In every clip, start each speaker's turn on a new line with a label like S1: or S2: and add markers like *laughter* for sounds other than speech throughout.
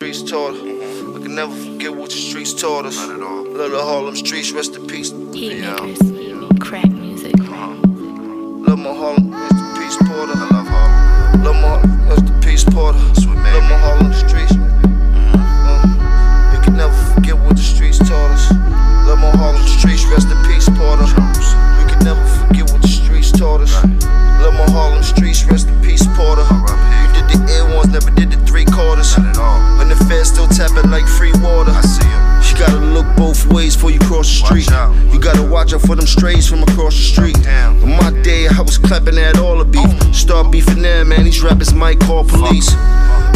S1: Streets taught us. We can never forget what the streets taught us. Little Harlem streets, rest in peace.
S2: Heat
S1: Yeah.
S2: makers, crack music.
S1: Love my Harlem, rest in peace, Porter. I love Harlem. Love my Harlem, rest in peace, Porter. Sweet man. Love my Harlem streets. Uh, we can never forget what the streets taught us. Love my Harlem streets, rest in peace, Porter. We can never forget what the streets taught us. Love my Harlem streets, rest in peace, Porter. You did the air ones, never did the three quarters. And the feds still tapping like free water. I see him. You gotta look both ways before you cross the street.
S3: out.
S1: You gotta watch out for them strays from across the street.
S3: Damn.
S1: In my day, I was clapping at all the beef. Start beefing there, man. These rappers might call police.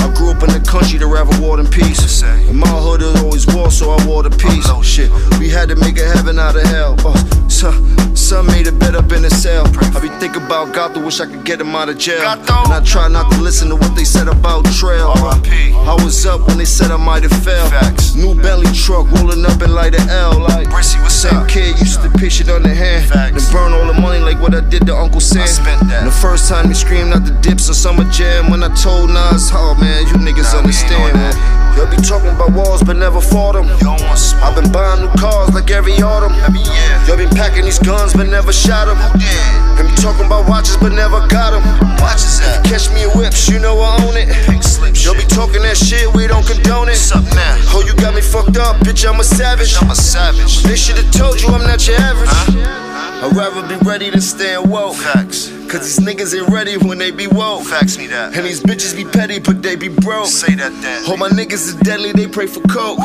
S1: I grew up in the country to rather war than peace. In my hood, it was always war, so I wore the peace.
S3: low,
S1: shit. We had to make a heaven out of hell. Uh, some, some made it bed up in a cell. I be thinking about Gotham, wish I could get him out of jail.
S3: Gato.
S1: And I try not to listen to what they said about Trail.
S3: R.I.P..
S1: I was up when they said I might have failed.
S3: Facts.
S1: New Bentley truck rolling up and light an L. Like,
S3: Brissy, what's
S1: same
S3: up?
S1: kid used to pitch it on the hand.
S3: Facts.
S1: Then burn all the money like what I did to Uncle Sam.
S3: I spent that.
S1: And the first time he screamed out the dips on Summer Jam. When I told Nas, oh man, you niggas
S3: Nah, we ain't on
S1: understand, man.
S3: that.
S1: Y'all be talking about walls, but never fought them.
S3: You don't want smoke.
S1: I've been buying new cars like every autumn.
S3: Every year.
S1: Y'all been packing these guns, but never shot them.
S3: Who did?
S1: And be talking about watches, but never got them.
S3: Watch his ass.
S1: Catch me in whips, you know I own it.
S3: Pink slip
S1: Y'all
S3: shit.
S1: be talking that shit, we don't condone it.
S3: What's up now?
S1: Oh, you got me fucked up, bitch, I'm a savage.
S3: I'm a savage.
S1: They should've told you I'm not your average.
S3: Huh?
S1: I'd rather be ready than stand woke.
S3: Facts.
S1: Cause these niggas ain't ready when they be woke.
S3: Fax me that.
S1: And these bitches be petty, but they be broke.
S3: Say that then.
S1: All my niggas is deadly, they pray for coke.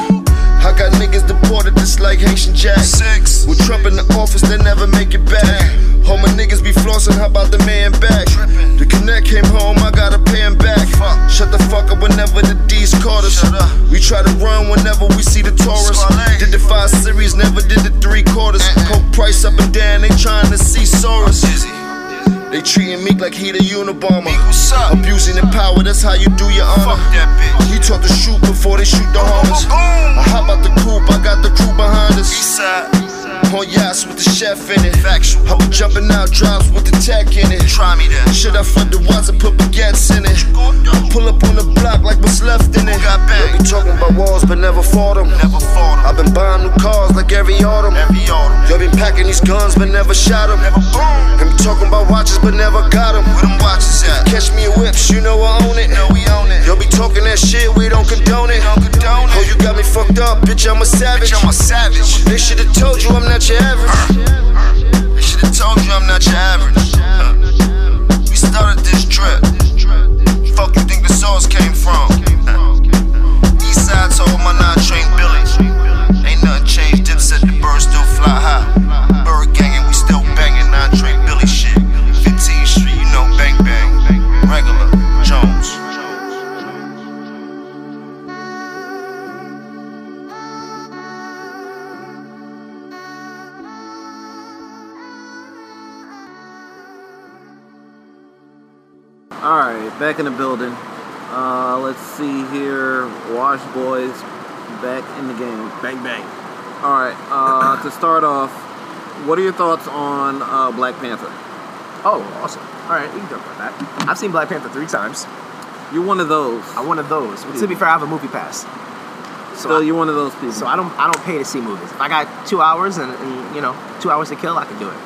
S1: I got niggas deported just like Haitian Jack.
S3: Six.
S1: With Trump in the office, they never make it back. All my niggas be flossing, how about the man back?
S3: Trippin'.
S1: The connect came home, I gotta pay him back.
S3: Fuck.
S1: Shut the fuck up whenever the D's caught us.
S3: Shut up.
S1: We try to run whenever we see the Taurus.
S3: Squale.
S1: Did the five series, never did the three quarters.
S3: Uh-uh.
S1: Coke price up and down, they trying to see Soros.
S3: Dizzy.
S1: They treating Meek like he the Unabomber.
S3: Meek, what's up?
S1: *laughs* Abusing the power, that's how you do your
S3: Fuck
S1: honor.
S3: Oh, that bitch.
S1: He taught to shoot before they shoot the homies.
S3: Boom.
S1: I hop out the coupe, I got the crew behind us.
S3: Eastside.
S1: On yachts with the chef in it.
S3: Factual.
S1: I was jumping out drops with the tech in it.
S3: Try me then.
S1: Should I flood the watts and put baguettes in it? Pull up on the block like what's left in it.
S3: Got back.
S1: Y'all be talking about walls but never fought them.
S3: Never fought
S1: I've
S3: him.
S1: been buying new cars like every autumn.
S3: Every autumn.
S1: Y'all been packing these guns but never shot them.
S3: Never boom.
S1: And be talking about watches but never got them.
S3: Where them watches at?
S1: Catch me in whips, you know I own it.
S3: Know we own it.
S1: Y'all be talking that shit, we don't condone it.
S3: Don't condone it.
S1: Oh, you got me fucked up, bitch, I'm a savage.
S3: Bitch, I'm a savage.
S1: They should've told you I'm not your average.
S3: They should've told you I'm not your average. Uh, We started this trip. Fuck you think the source came from? Uh, East side told my nine train Billy. Ain't nothing changed, Dip said the birds still fly high. Bird gang and we still banging nine train Billy shit. 15th Street, you know, bang bang. Regular, Jones.
S4: All right, back in the building. Uh, let's see here. Wash boys back in the game. Bang bang. All right. Uh, to start off, what are your thoughts on uh, Black Panther?
S5: Oh, awesome. All right, we can talk about that. I've seen Black Panther three times.
S4: You're one of those.
S5: I'm one of those. to be fair, I have a movie pass. So,
S4: Still,
S5: I,
S4: you're one of those people.
S5: so I don't I don't pay to see movies. If I got two hours and, and you know two hours to kill, I can do it.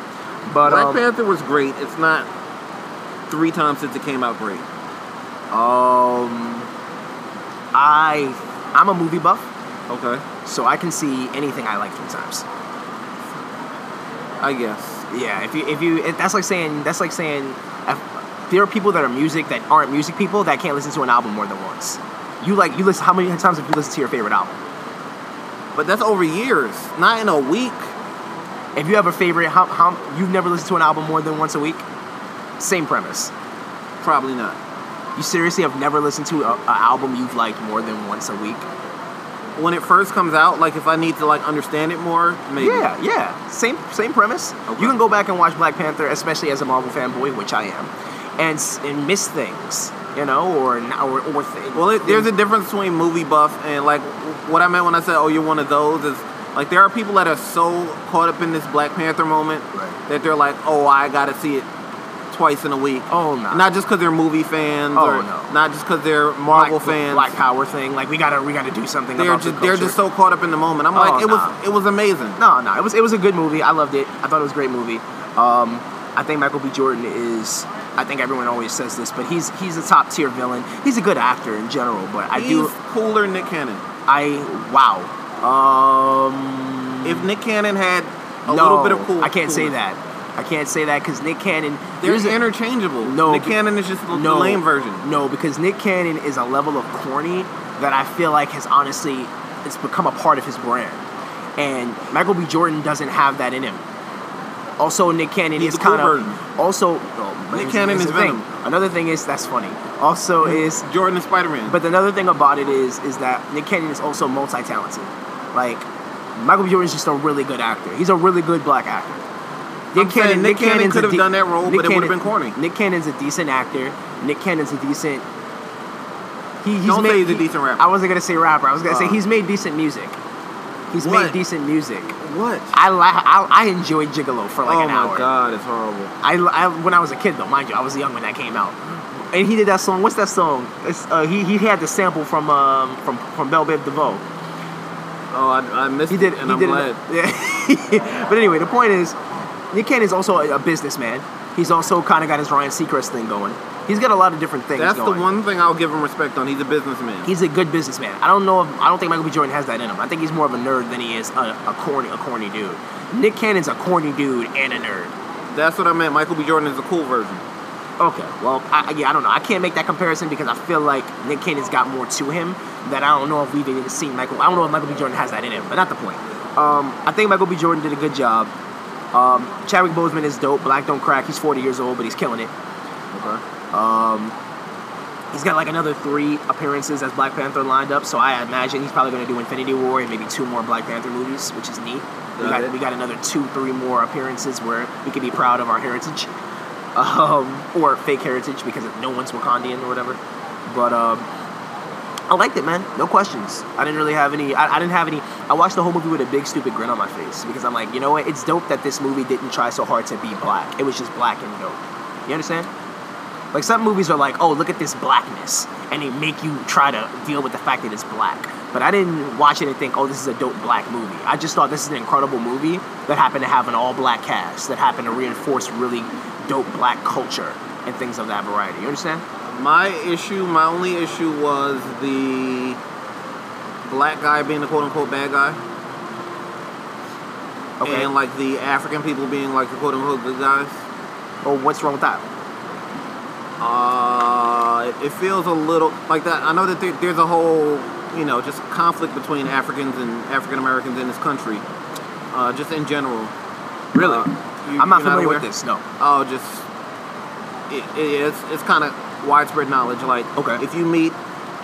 S5: But
S4: Black
S5: um,
S4: Panther was great. It's not three times since it came out great.
S5: um, I I'm a movie buff,
S4: Okay.
S5: so I can see anything I like three times.
S4: I guess.
S5: Yeah, if you if you if that's like saying that's like saying if, there are people that are music that aren't music people that can't listen to an album more than once. You like you listen how many times have you listened to your favorite album?
S4: But that's over years, not in a week.
S5: If you have a favorite, how, how you've never listened to an album more than once a week? Same premise.
S4: Probably not.
S5: You seriously have never listened to an album you've liked more than once a week?
S4: When it first comes out, like if I need to like understand it more, maybe.
S5: Yeah, yeah. Same same premise. You can go back and watch Black Panther, especially as a Marvel fanboy, which I am, and s- and miss things, you know, or n- or or th-
S4: Well, it, there's a difference between movie buff and like what I meant when I said, "Oh, you're one of those." Is like there are people that are so caught up in this Black Panther moment
S5: Right.
S4: that they're like, "Oh, I gotta see it twice in a week.
S5: Oh, no.
S4: Not just because they're movie fans,
S5: Oh,
S4: or
S5: no.
S4: not just because they're Marvel
S5: black,
S4: fans.
S5: Black Power thing. Like we gotta we gotta do something.
S4: they're
S5: about the
S4: just they're
S5: culture.
S4: just so caught up in the moment. I'm
S5: Oh,
S4: like, it
S5: nah.
S4: was it was amazing.
S5: No, no, it was it was a good movie. I loved it. I thought it was a great movie. Um, I think Michael B. Jordan is. I think everyone always says this, but he's he's a top tier villain. He's a good actor in general, but I
S4: He's
S5: do
S4: cooler than Nick Cannon.
S5: I wow. Um,
S4: If Nick Cannon had a
S5: no,
S4: little bit of cool,
S5: I can't say
S4: coolness.
S5: that. I can't say that because Nick Cannon.
S4: They're
S5: There's an
S4: interchangeable.
S5: No,
S4: Nick
S5: be-
S4: Cannon is just the,
S5: no
S4: the lame version.
S5: No, because Nick Cannon is a level of corny that I feel like has honestly it's become a part of his brand, and Michael B. Jordan doesn't have that in him. Also, Nick Cannon
S4: He's
S5: is
S4: the cool
S5: kind of
S4: version.
S5: also. oh, well,
S4: Nick
S5: here's-
S4: Cannon
S5: here's
S4: is
S5: the thing.
S4: Venom.
S5: Another thing is that's funny.
S4: *laughs*
S5: Also is
S4: Jordan and Spider Man.
S5: but another thing about it is is that Nick Cannon is also multi-talented. Like Michael B. Jordan's just a really good actor. He's a really good black actor.
S4: I'm saying Nick Cannon
S5: Cannon's a
S4: could have done that role, but it would've
S5: Cannon-
S4: been corny.
S5: Nick Cannon's a decent actor. Nick Cannon's a decent. He, he's
S4: Don't
S5: made,
S4: say he's a
S5: he-
S4: decent rapper.
S5: I wasn't gonna say rapper. I was gonna say
S4: Uh.
S5: he's made decent music. He's
S4: What?
S5: made decent music.
S4: what?
S5: I, la- I I enjoyed Gigolo for like
S4: oh
S5: an
S4: my
S5: hour.
S4: god, it's horrible.
S5: I, I when I was a kid though, mind you, I was young when that came out. And he did that song. What's that song? It's, uh, he he had the sample from um, from from Belle Biv DeVoe.
S4: Oh, I, I missed
S5: He did.
S4: it,
S5: he
S4: and I'm
S5: did
S4: glad.
S5: *laughs* Yeah. but anyway, the point is, Nick Cannon's also a, a businessman. He's also kind of got his Ryan Seacrest thing going. He's got a lot of different things.
S4: That's
S5: going.
S4: the one thing I'll give him respect on. He's a businessman.
S5: He's a good businessman. I don't know. If, I don't think Michael B. Jordan has that in him. I think he's more of a nerd than he is a, a corny a corny dude. Nick Cannon's a corny dude and a nerd.
S4: That's what I meant. Michael B. Jordan is the cool version.
S5: Okay, well, I, I- yeah, I don't know. I can't make that comparison because I feel like Nick Cannon's got more to him that I don't know if we've even seen Michael. I don't know if Michael B. Jordan has that in him, but not the point. Um, I think Michael B. Jordan did a good job. Um, Chadwick Boseman is dope. Black don't crack. He's 40 years old, but he's killing it. Um,
S4: Okay.
S5: He's got like another three appearances as Black Panther lined up, so I imagine he's probably going to do Infinity War and maybe two more Black Panther movies, which is neat. We
S4: Got
S5: got,
S4: it.
S5: we got another two, three more appearances where we can be proud of our heritage, *laughs* um, or fake heritage because no one's Wakandian or whatever. But um, I liked it, man. No questions. I didn't really have any. I, I didn't have any. I watched the whole movie with a big stupid grin on my face because I'm like, you know what? It's dope that this movie didn't try so hard to be black. It was just black and dope. You understand? Like some movies are like, oh, look at this blackness, and they make you try to deal with the fact that it's black. But I didn't watch it and think, oh, this is a dope black movie. I just thought this is an incredible movie that happened to have an all black cast that happened to reinforce really dope black culture and things of that variety. You understand?
S4: My issue, my only issue was the black guy being the quote unquote bad guy.
S5: Okay.
S4: And like the African people being like the quote unquote good guys.
S5: oh, what's wrong with that?
S4: Uh, it, it feels a little like that. I know that there, there's a whole, you know, just conflict between Africans and African Americans in this country, uh, just in general.
S5: Really?
S4: Uh, you-
S5: I'm not
S4: you're
S5: familiar
S4: aware?
S5: with this. No.
S4: Oh, just it, it, it's it's kind of widespread knowledge. Like,
S5: Okay.
S4: if you meet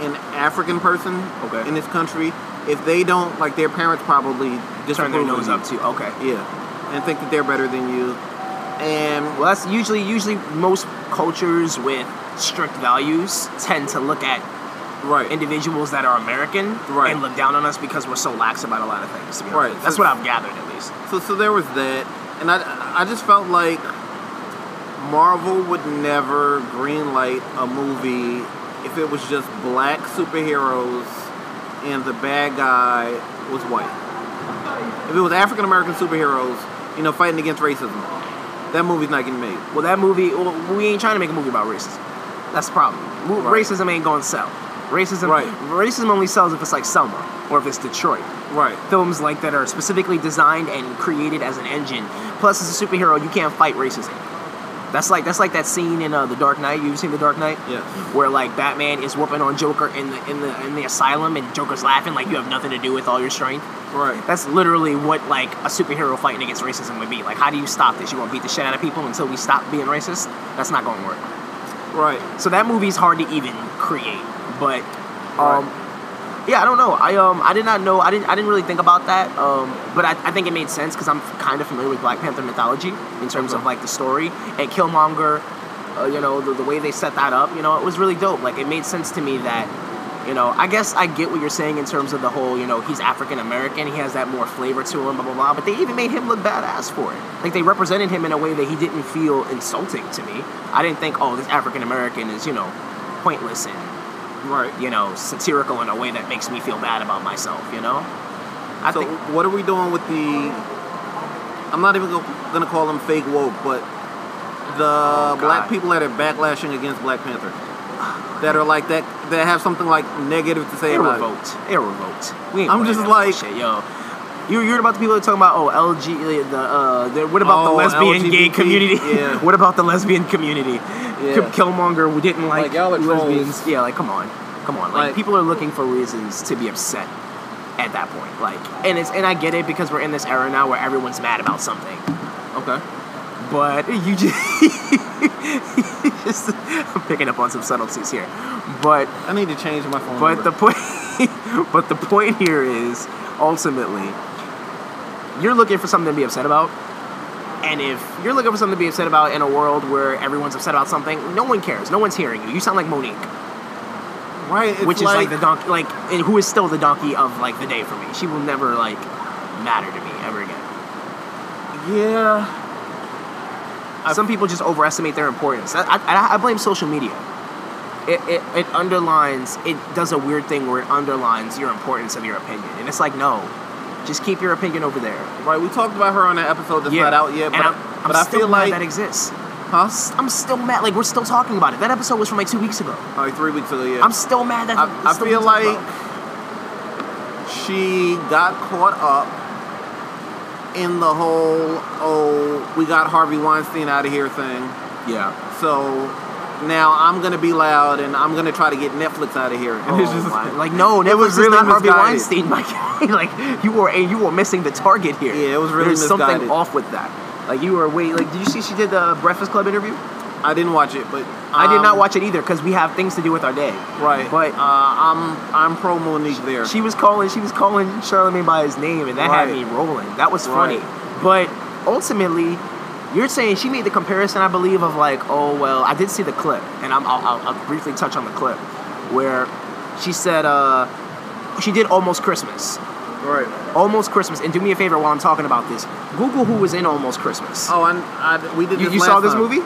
S4: an African person
S5: Okay.
S4: in this country, if they don't like their parents, probably disapprove
S5: Turn their
S4: of
S5: nose
S4: you.
S5: up too. Okay.
S4: Yeah, and think that they're better than you. And
S5: Well, that's usually usually most cultures with strict values tend to look at
S4: right,
S5: individuals that are American
S4: Right.
S5: and look down on us because we're so lax about a lot of things. To be
S4: Right.
S5: honest. That's what I've gathered at least.
S4: so so there was that, and I I just felt like Marvel would never greenlight a movie if it was just black superheroes and the bad guy was white. If it was African American superheroes, you know, fighting against racism, that movie's not getting made.
S5: Well, that movie, well, we ain't trying to make a movie about racism. That's the problem. Mo-
S4: Right.
S5: Racism ain't going to sell. Racism,
S4: Right.
S5: racism only sells if it's like Selma or if it's Detroit.
S4: Right.
S5: Films like that are specifically designed and created as an engine. Plus, as a superhero, you can't fight racism. That's like that's like that scene in uh, The Dark Knight. You've seen The Dark Knight,
S4: Yes.
S5: Where like Batman is whooping on Joker in the in the in the asylum, and Joker's laughing like you have nothing to do with all your strength.
S4: Right.
S5: That's literally what like a superhero fighting against racism would be. Like, how do you stop this? You want to beat the shit out of people until we stop being racist? That's not going to work.
S4: Right.
S5: So that movie's hard to even create. But um, yeah, I don't know. I um I did not know. I didn't I didn't really think about that. Um, but I, I think it made sense because I'm kind of familiar with Black Panther mythology in terms of like the story and Killmonger. Uh, you know the, the way they set that up. You know it was really dope. Like it made sense to me that You know, I guess I get what you're saying in terms of the whole, you know, he's African American, he has that more flavor to him, blah blah blah. But they even made him look badass for it. Like they represented him in a way that he didn't feel insulting to me. I didn't think, oh, this African American is, you know, pointless and
S4: Right.
S5: you know satirical in a way that makes me feel bad about myself. You know, I
S4: so
S5: think
S4: what are we doing with the? I'm not even go- gonna call them fake woke, but the
S5: Oh, God.
S4: black people that are backlashing against Black Panther, that are like that, that have something like negative to say
S5: Air
S4: about it.
S5: revoked. Air revoked. We ain't
S4: I'm
S5: playing
S4: just
S5: that
S4: like-
S5: bullshit, yo. You you heard about the people that talking about oh LG the uh the, what about
S4: Oh,
S5: the lesbian gay
S4: LGBT,
S5: community?
S4: yeah.
S5: *laughs* what about the lesbian community?
S4: Yeah.
S5: Kill- Killmonger we didn't like,
S4: Like, y'all are
S5: lesbians.
S4: trolls.
S5: Yeah, like come on, come on. Like,
S4: Like-
S5: people are looking for reasons to be upset at that point. Like and it's and I get it because we're in this era now where everyone's mad about something.
S4: Okay.
S5: But you just, you *laughs* just I'm picking up on some subtleties here, but.
S4: I need to change my phone.
S5: But
S4: number.
S5: the point, *laughs* but the point here is ultimately, you're looking for something to be upset about, and if you're looking for something to be upset about in a world where everyone's upset about something, no one cares. No one's hearing you. You sound like Monique,
S4: right, it's
S5: which is like the donkey, like and who is still the donkey of like the day for me. She will never like matter to me ever again.
S4: yeah.
S5: Some people just overestimate their importance. I, I, I blame social media. It, it, it underlines it does a weird thing where it underlines your importance of your opinion and it's like no just keep your opinion over there
S4: Right, we talked about her on an episode that's not out yet,
S5: And
S4: but
S5: I'm,
S4: I,
S5: I'm
S4: but I
S5: still
S4: feel
S5: mad
S4: like
S5: that exists.
S4: huh?
S5: I'm still mad. Like we're still talking about it. That episode was from like two weeks ago.
S4: All right, three weeks ago, yeah.
S5: I'm still mad that.
S4: I, I
S5: it's still
S4: feel
S5: being
S4: like
S5: talked about.
S4: she got caught up in the whole oh we got Harvey Weinstein out of here thing.
S5: yeah.
S4: So now I'm gonna be loud and I'm gonna try to get Netflix out
S5: *laughs*
S4: of here. And *laughs* it's
S5: Oh,
S4: just-
S5: my- like no, Netflix
S4: it was really
S5: is not Harvey
S4: misguided.
S5: Weinstein, *laughs* my guy. like you were and you were missing the target here.
S4: Yeah, it was really
S5: There's something
S4: misguided.
S5: off with that. Like you were way. Like did you see she did the Breakfast Club interview?
S4: I didn't watch it, but
S5: I did not
S4: um,
S5: watch it either because we have things to do with our day.
S4: Right,
S5: but. um,
S4: uh, I'm I'm pro Monique there.
S5: She was calling. She was calling Charlemagne by his name, and that had
S4: Right.
S5: me rolling. That was funny.
S4: Right.
S5: But ultimately, you're saying she made the comparison, I believe, of like, oh well, I did see the clip, and I'm, I'll, I'll, I'll briefly touch on the clip where she said uh, she did almost Christmas,
S4: right.
S5: almost Christmas. And do me a favor while I'm talking about this, Google who was in Almost Christmas.
S4: Oh, and I, we did.
S5: you
S4: this
S5: you
S4: last
S5: saw this
S4: time.
S5: movie?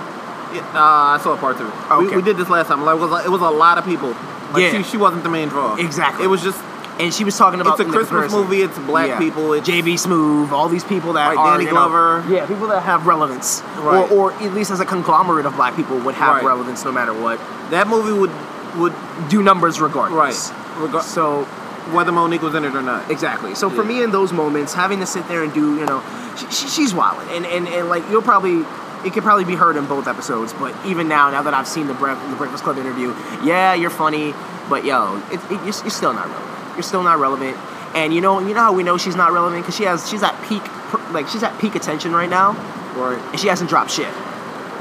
S4: Yeah, uh, I saw part two.
S5: Okay.
S4: We, we did this last time. Like, it was like, it was a lot of people. Like,
S5: Yeah.
S4: she, she wasn't the main draw.
S5: Exactly.
S4: It was just
S5: And she was talking about
S4: it's a
S5: the
S4: Christmas
S5: comparison.
S4: movie. It's black
S5: Yeah.
S4: people. It's
S5: JB Smoove, all these people that
S4: Right,
S5: are
S4: Danny
S5: you know,
S4: Glover.
S5: yeah, people that have relevance,
S4: Right.
S5: or, or at least as a conglomerate of black people would have
S4: Right.
S5: relevance no matter what.
S4: that movie would would
S5: Do numbers regardless.
S4: right Regar-
S5: So
S4: whether Monique was in it or not.
S5: exactly. So for
S4: Yeah.
S5: me, in those moments, having to sit there and do you know, she, she, she's wild, and, and and like you'll probably. It could probably be heard in both episodes, but even now, now that I've seen the, Break, the Breakfast Club interview, yeah, you're funny, but yo, it, it, you're, you're still not relevant. You're still not relevant, and you know, you know how we know she's not relevant because she has she's at peak, pr- like she's at peak attention right now,
S4: Right.
S5: and she hasn't dropped shit.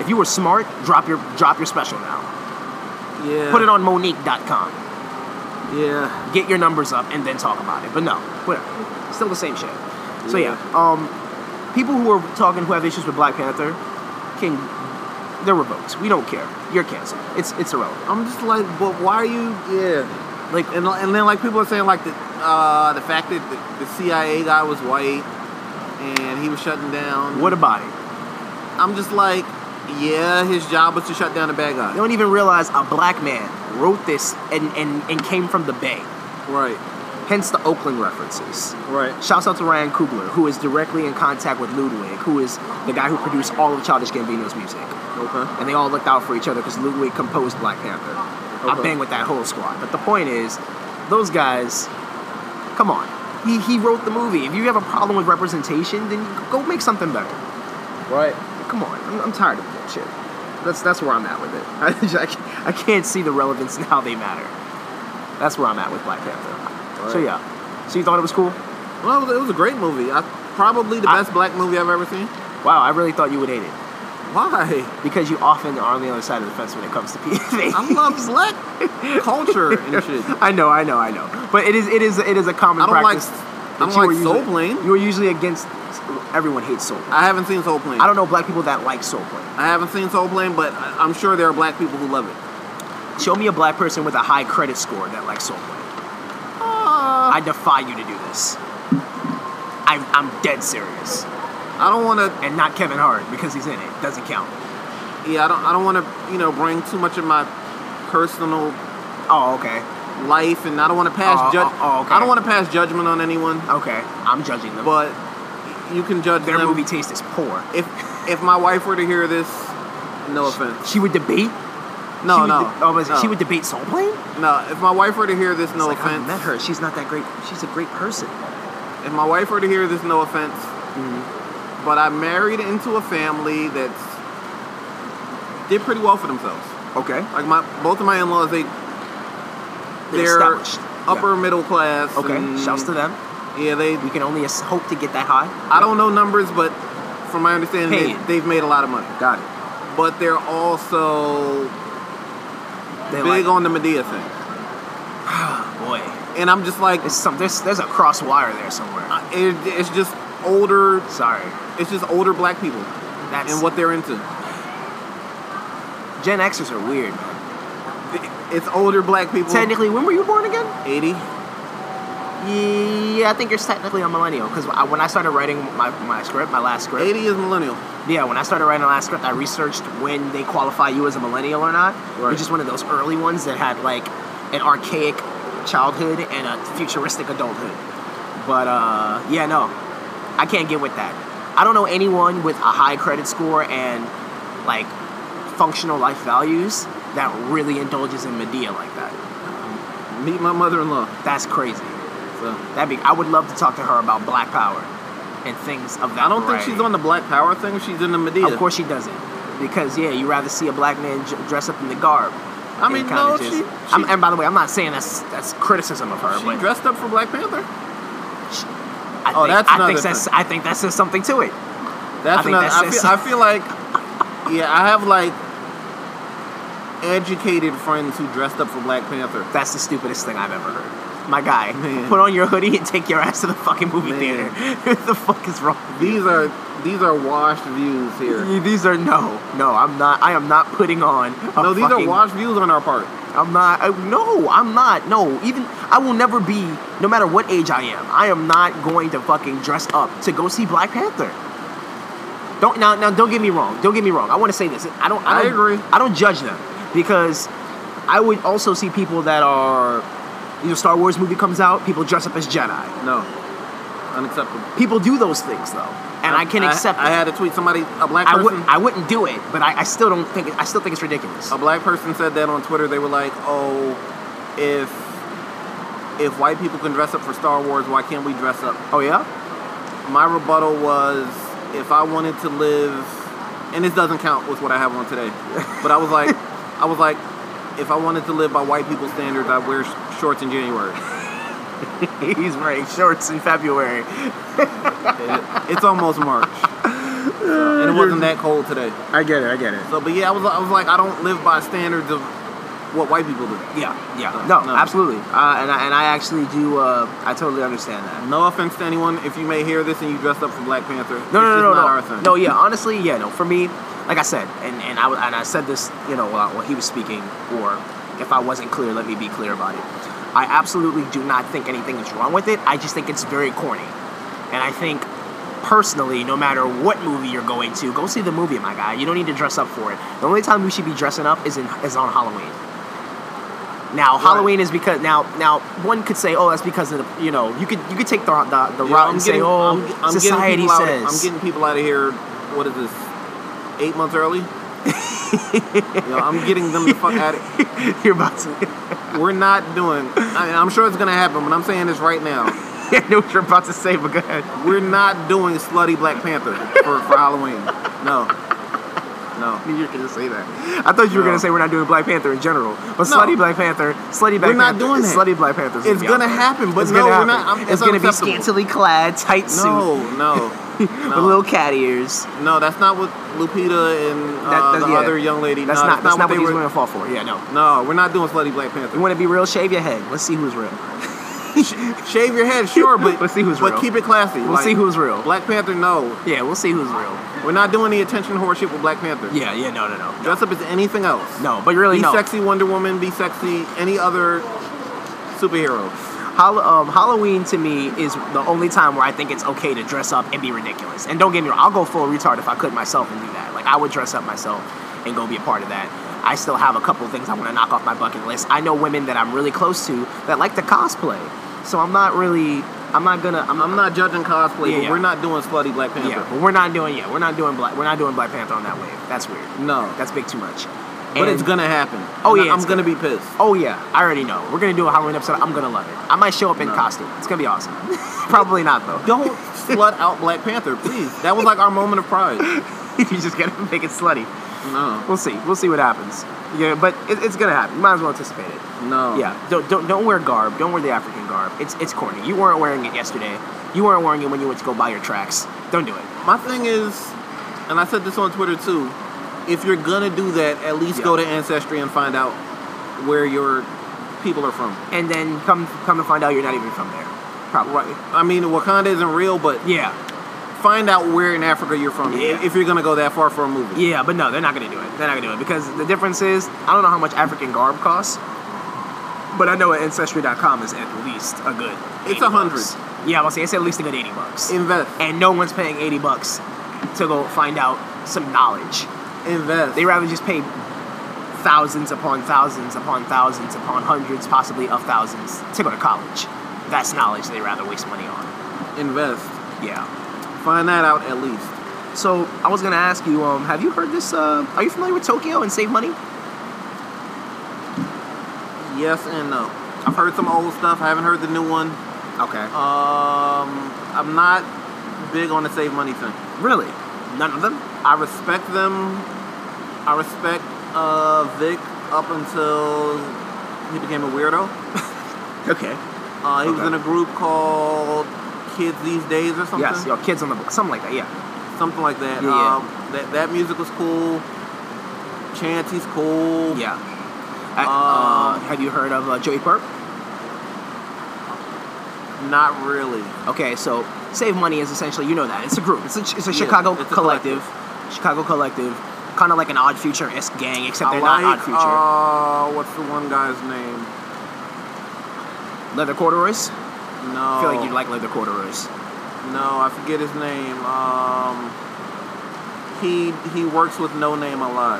S5: If you were smart, drop your drop your special now.
S4: Yeah.
S5: Put it on Monique.com.
S4: Yeah.
S5: Get your numbers up and then talk about it. But no, whatever. Still the same shit. So yeah, um, people who are talking who have issues with Black Panther can they're revoked. We don't care. You're canceled. It's it's irrelevant.
S4: I'm just like, but why are you? Yeah.
S5: Like
S4: And and then like people are saying like the uh, the fact that the, the CIA guy was white and he was shutting down.
S5: what about it?
S4: I'm just like, yeah, his job was to shut down the bad guy.
S5: They don't even realize a black man wrote this and and, and came from the Bay.
S4: Right.
S5: Hence the Oakland references.
S4: Right.
S5: Shouts out to Ryan Coogler, who is directly in contact with Ludwig, who is the guy who produced all of Childish Gambino's music.
S4: Okay.
S5: And they all looked out for each other because Ludwig composed Black Panther. I
S4: Okay.
S5: bang with that whole squad. But the point is, those guys, come on. He, he wrote the movie. If you have a problem with representation, then go make something better.
S4: Right.
S5: Come on, I'm, I'm tired of that shit. That's that's where I'm at with it. *laughs* I, just- I, can't, I can't see the relevance and how they matter. That's where I'm at with Black Panther. So
S4: Right.
S5: yeah. So you thought it was cool?
S4: Well, it was, it was a great movie. I, probably the
S5: I-
S4: best black movie I've ever seen.
S5: Wow, I really thought you would hate it.
S4: Why?
S5: because you often are on the other side of the fence when it comes to PFA. *laughs*
S4: I love black culture and shit.
S5: I know, I know, I know. But it is, it is, it is a common
S4: I don't like-
S5: practice.
S4: I don't
S5: that you
S4: like
S5: are usually-
S4: Soul Plane.
S5: You are usually against. Everyone hates Soul Plane.
S4: I haven't seen Soul Plane.
S5: I don't know black people that like Soul Plane.
S4: I haven't seen Soul Plane, but I- I'm sure there are black people who love it.
S5: Show me a black person with a high credit score that likes soul play.
S4: Uh.
S5: I defy you to do this. I'm, I'm dead serious.
S4: I don't want to
S5: And not Kevin Hart because he's in it. Doesn't count.
S4: yeah, I don't I don't want to, you know, bring too much of my personal
S5: Oh, okay.
S4: life and I don't want to pass
S5: Oh,
S4: judge
S5: oh, oh, okay.
S4: I don't want to pass judgment on anyone,
S5: Okay. I'm judging them.
S4: but you can judge
S5: Their
S4: them
S5: movie taste is poor.
S4: if if my wife were to hear this, no offense.
S5: She would debate. she
S4: No,
S5: would
S4: no.
S5: de- oh, but
S4: no,
S5: she would debate Soul Plane.
S4: No, if my wife were to hear this, no
S5: like, I
S4: offense.
S5: met her. She's not that great. She's a great person.
S4: If my wife were to hear this, no offense.
S5: Mm-hmm.
S4: But I married into a family that's did pretty well for themselves.
S5: Okay.
S4: Like my both of my in-laws, they
S5: They're
S4: they're
S5: established.
S4: upper middle class.
S5: Okay.
S4: and-
S5: Shouts to them.
S4: Yeah, they.
S5: We can only as- hope to get that high.
S4: I don't know numbers, but from my understanding, they,
S5: Paid.
S4: they've made a lot of money.
S5: Got it.
S4: But they're also
S5: They're like,
S4: big on the Medea thing,
S5: boy.
S4: and I'm just like,
S5: There's some. There's there's a cross wire there somewhere.
S4: I- it, it's just older.
S5: Sorry.
S4: It's just older black people
S5: That's
S4: and what they're into.
S5: Gen Xers are weird. Man.
S4: It's older black people.
S5: Technically, when were you born again?
S4: eighty.
S5: Yeah, I think you're technically a millennial because when I started writing my, my script, my last script,
S4: Eighty is millennial.
S5: yeah, when I started writing the last script, I researched when they qualify you as a millennial or not. You're
S4: Right.
S5: just one of those early ones that had like an archaic childhood and a futuristic adulthood. But uh, yeah, no, I can't get with that. I don't know anyone with a high credit score and like functional life values that really indulges in Medea like that.
S4: Meet my mother-in-law.
S5: That's crazy.
S4: So
S5: That'd be. I would love to talk to her about Black Power and things of that.
S4: I don't think she's on the Black Power thing. She's in the Medea.
S5: Of course she doesn't, because yeah, you rather see a black man j- dress up in the garb.
S4: I mean,
S5: and kinda
S4: no,
S5: just-
S4: she-
S5: I'm,
S4: she-
S5: and by the way, I'm not saying that's that's criticism of her,
S4: She
S5: but
S4: dressed up for Black Panther.
S5: I think,
S4: oh, that's
S5: I
S4: another
S5: think that's
S4: thing.
S5: I think that says something to it.
S4: That's
S5: I think
S4: another.
S5: that
S4: I
S5: says
S4: feel, I feel like, yeah, I have like educated friends who dressed up for Black Panther.
S5: That's the stupidest thing I've ever heard. My *laughs* guy,
S4: Man.
S5: put on your hoodie and take your ass to the fucking movie
S4: Man.
S5: theater. *laughs* what the fuck is wrong? with you?
S4: These are these are washed views here.
S5: These are no, no. I'm not. I am not putting on. A
S4: No, these
S5: fucking-
S4: are washed views on our part.
S5: I'm not. I, no, I'm not. No, even I will never be. No matter what age I am, I am not going to fucking dress up to go see Black Panther. Don't now. Now, don't get me wrong. Don't get me wrong. I want to say this. I don't. I,
S4: I
S5: don't,
S4: agree.
S5: I don't judge them because I would also see people that are. You know, Star Wars movie comes out. People dress up as Jedi.
S4: No, unacceptable.
S5: People do those things though, and I, can accept.
S4: I,
S5: it.
S4: had to tweet somebody. A black
S5: I would.
S4: person.
S5: I wouldn't do it, but I, I still don't think. I still think it's ridiculous.
S4: a black person said that on Twitter. They were like, "Oh, if if white people can dress up for Star Wars, why can't we dress up?"
S5: Oh yeah.
S4: My rebuttal was, if I wanted to live, and this doesn't count with what I have on
S5: *laughs*
S4: today, but I was like, I was like, if I wanted to live by white people standards, I'd wear sh- shorts in January.
S5: *laughs* *laughs* He's wearing shorts in February.
S4: It- it's almost March, So, and it wasn't that cold today.
S5: I get it. I get it.
S4: So, but yeah, I was, I was like, I don't live by standards of what white people do.
S5: Yeah, yeah.
S4: No,
S5: No,
S4: no.
S5: absolutely. Uh, and, I, and I actually do, uh, I totally understand that.
S4: No offense to anyone if you may hear this and you dressed up for Black
S5: No,
S4: Panther.
S5: no,
S4: it's
S5: no,
S4: just not
S5: no,
S4: our
S5: no.
S4: thing.
S5: No, yeah, honestly, yeah, no. For me, like I said, and, and, I, and I said this, you know, while, while he was speaking, or if I wasn't clear, let me be clear about it. I absolutely do not think anything is wrong with it. I just think it's very corny. And I think, personally, no matter what movie you're going to, go see the movie, my guy. You don't need to dress up for it. The only time you should be dressing up is, in, is on Halloween. Now Halloween is because now now one could say oh that's because of the, you know you could you could take the the, the
S4: Yeah,
S5: route
S4: I'm
S5: and say
S4: getting-
S5: oh
S4: I'm- I'm getting
S5: society
S4: people out-
S5: says
S4: I'm getting people out of here. What is this? Eight
S5: *laughs*
S4: months early. You know, I'm getting them the fuck out.
S5: *laughs*
S4: of
S5: you're about to
S4: We're not doing. I mean, I'm sure it's gonna happen, but I'm saying this right now.
S5: I know what you're about to say but go ahead
S4: We're not doing slutty Black Panther for, for Halloween. No, no.
S5: *laughs* you're gonna say that I thought you were
S4: No.
S5: gonna say we're not doing Black Panther in general but
S4: No.
S5: slutty Black Panther slutty Black
S4: We're not
S5: Panther
S4: doing that.
S5: slutty Black Panther
S4: It's gonna happen, but
S5: it's
S4: no,
S5: gonna happen.
S4: we're not. I'm,
S5: it's, gonna be
S4: unacceptable.
S5: scantily clad tight suit
S4: No, no,
S5: with
S4: no.
S5: little cat ears
S4: No, that's not what Lupita and uh,
S5: That- that-
S4: the
S5: yeah.
S4: other young lady.
S5: that's
S4: no,
S5: not that's not what
S4: they
S5: these
S4: were.
S5: women fall for yeah no
S4: No, we're not doing slutty Black Panther.
S5: you want to be real shave your head let's see who's real
S4: Shave your
S5: *laughs*
S4: head, sure, but
S5: Let's see who's
S4: but
S5: real.
S4: keep it classy.
S5: We'll see who's real.
S4: Black Panther. No,
S5: Yeah, we'll see who's real.
S4: we're not doing any attention horseshit with Black Panther.
S5: Yeah, yeah, no, no, no,
S4: dress up as anything else.
S5: no. But really,
S4: be
S5: no.
S4: sexy Wonder Woman. Be sexy any other superhero.
S5: Hall- um, Halloween to me is the only time where I think it's okay to dress up and be ridiculous. And don't get me wrong, I'll go full retard if I could myself and do that. Like I would dress up myself and go be a part of that. I still have a couple things I want to knock off my bucket list. I know women that I'm really close to that like to cosplay, so I'm not really, I'm not gonna, I'm,
S4: I'm not judging cosplay,
S5: Yeah,
S4: but
S5: yeah.
S4: we're not doing slutty Black Panther.
S5: yeah, but we're not doing, yeah, we're not doing black, we're not doing Black Panther on that wave. That's weird.
S4: No,
S5: That's big too much.
S4: but
S5: And-
S4: it's gonna happen.
S5: Oh,
S4: And
S5: yeah,
S4: I'm
S5: it's
S4: gonna be
S5: *laughs*
S4: pissed.
S5: Oh yeah, I already know. We're gonna do a Halloween episode. I'm gonna love it. I might show up in costume. It's gonna be awesome. *laughs* Probably not though. *laughs*
S4: Don't slut out Black Panther, please. That was like our moment of pride.
S5: you just gotta make it slutty.
S4: No,
S5: We'll see. We'll see what happens. Yeah, but it, it's gonna happen. You might as well anticipate it.
S4: no.
S5: *laughs* Yeah. Don't, don't don't wear garb. Don't wear the African garb. It's it's corny. You weren't wearing it yesterday. You weren't wearing it when you went to go buy your tracks. Don't do it.
S4: My thing is, and I said this on Twitter too. If you're gonna do that, at least go to
S5: Yeah.
S4: Ancestry and find out where your people are from.
S5: And then come come to find out you're not even from there. Probably.
S4: Right. I mean, Wakanda isn't real, but
S5: Yeah.
S4: find out where in Africa you're from
S5: Yeah.
S4: if you're gonna go that far for a movie.
S5: Yeah. But no, they're not gonna do it. They're not gonna do it because the difference is I don't know how much African garb costs, but I know at Ancestry.com is at least a good.
S4: It's
S5: 80
S4: a hundred.
S5: bucks. Yeah, I will say it's at least a good eighty bucks.
S4: Invest.
S5: and no one's paying 80 bucks to go find out some knowledge.
S4: Invest.
S5: They rather just pay thousands upon thousands upon thousands upon hundreds, possibly of thousands, to go to college. That's knowledge they rather waste money on.
S4: Invest.
S5: Yeah.
S4: Find that out at least.
S5: So I was gonna ask you, um, have you heard this? Uh, are you familiar with Tokyo and Save Money?
S4: Yes and no. I've heard some old stuff. I haven't heard the new one.
S5: Okay.
S4: Um, I'm not big on the save money thing.
S5: Really? None of them?
S4: I respect them. I respect uh, Vic up until he became a weirdo.
S5: Okay.
S4: Uh, he was
S5: Okay.
S4: in a group called Kids These Days or something.
S5: Yes, yo, kids on the book, something like that. Yeah.
S4: something like that.
S5: Yeah, yeah.
S4: Um, that that music was cool. Chanty's cool.
S5: Yeah. I-
S4: Um,
S5: uh, have you heard of uh, Joey Burp?
S4: Not really.
S5: Okay, so Save Money is essentially, you know that. It's a group. It's a, it's a Chicago
S4: it's a
S5: collective. Chicago collective. Kind of like an Odd Future-esque gang, except
S4: I
S5: they're
S4: like,
S5: not Odd Future.
S4: Uh, what's the one guy's name? uh,
S5: leather corduroys?
S4: No.
S5: I feel like you'd like leather corduroys. Uh,
S4: No, I forget his name. Um, he he works with No Name a lot.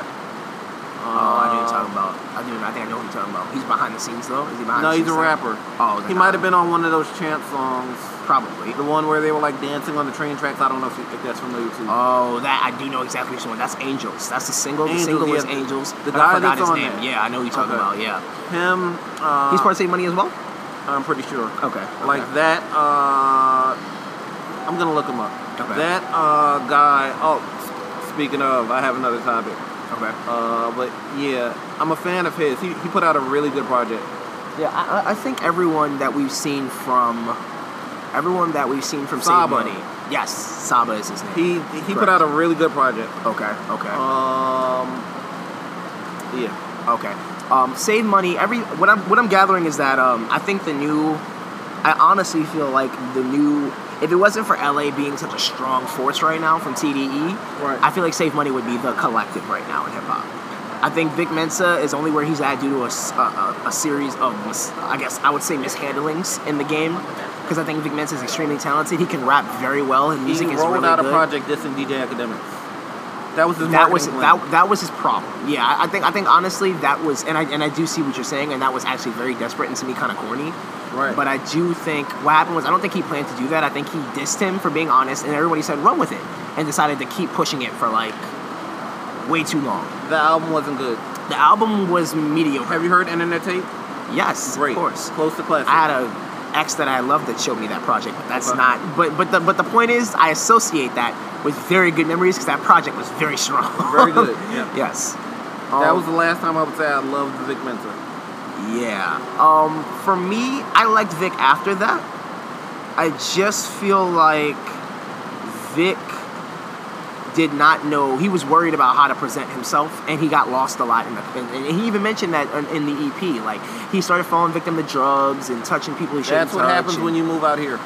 S5: Oh, I know what you're talking about. I do. I think I know what you're talking about. He's behind the scenes, though? Is he behind
S4: Uh. No,
S5: the
S4: he's
S5: scenes?
S4: a
S5: though?
S4: rapper.
S5: Oh, then I-
S4: he might have been on one of those chant songs.
S5: Probably.
S4: The one where they were like dancing on the train tracks. I don't know if, if that's familiar to you.
S5: Oh, that I do know exactly which one. That's Angels. That's the single.
S4: Angels,
S5: the single
S4: yeah.
S5: was Angels.
S4: The
S5: but
S4: guy
S5: I forgot
S4: that's
S5: his
S4: on
S5: name.
S4: that.
S5: Yeah, I know what you're talking
S4: Okay.
S5: about. Yeah.
S4: Him, uh,
S5: he's part of Save Money as well?
S4: I'm pretty sure.
S5: Okay. okay.
S4: Like that, uh, I'm gonna look him up.
S5: Okay.
S4: That uh, guy. Oh, s- speaking of, I have another topic.
S5: Okay.
S4: Uh, but yeah, I'm a fan of his. He, he put out a really good project.
S5: Yeah, I, I- I think everyone that we've seen from everyone that we've seen from
S4: Saba.
S5: Save Money. Yes, Saba is his name.
S4: He he put
S5: Correct.
S4: out a really good project.
S5: okay, okay,
S4: Um, yeah,
S5: okay. Um, Save Money. Every what I'm what I'm gathering is that um, I think the new. I honestly feel like the new. If it wasn't for LA being such a strong force right now from TDE,
S4: Right.
S5: I feel like Save Money would be the collective right now in hip hop. I think Vic Mensa is only where he's at due to a, s- a- a- a series of, mis- I guess, I would say mishandlings in the game. Because I think Vic Mensa is extremely talented. He can rap very well. His music
S4: he
S5: is
S4: rolled
S5: really
S4: out
S5: good.
S4: a project dissing DJ Academics. That was his.
S5: That was
S4: marketing
S5: that,
S4: plan.
S5: that was his problem. Yeah, I, I think I think honestly that was, and I and I do see what you're saying, and that was actually very desperate and to me kind of corny.
S4: Right.
S5: But I do think what happened was I don't think he planned to do that. I think he dissed him for being honest, and everybody said run with it, and decided to keep pushing it for like way too long.
S4: the album wasn't good.
S5: The album was mediocre.
S4: Have you heard Internet Tape?
S5: Yes,
S4: Great.
S5: of course.
S4: Close to classic.
S5: I had a ex that I loved that showed me that project, but that's
S4: Okay.
S5: not. But but the but the point is, I associate that with very good memories because that project was very *laughs* strong.
S4: Very good, yeah.
S5: yes.
S4: that
S5: Um,
S4: was the last time I would say I loved Vic Mensa.
S5: Yeah. Um, for me, I liked Vic after that. I just feel like Vic did not know. He was worried about how to present himself, and he got lost a lot. In the, and, and he even mentioned that in, in the EP, like he started falling victim to drugs and touching people he shouldn't
S4: That's what
S5: touch
S4: happens
S5: and-
S4: when you move out here.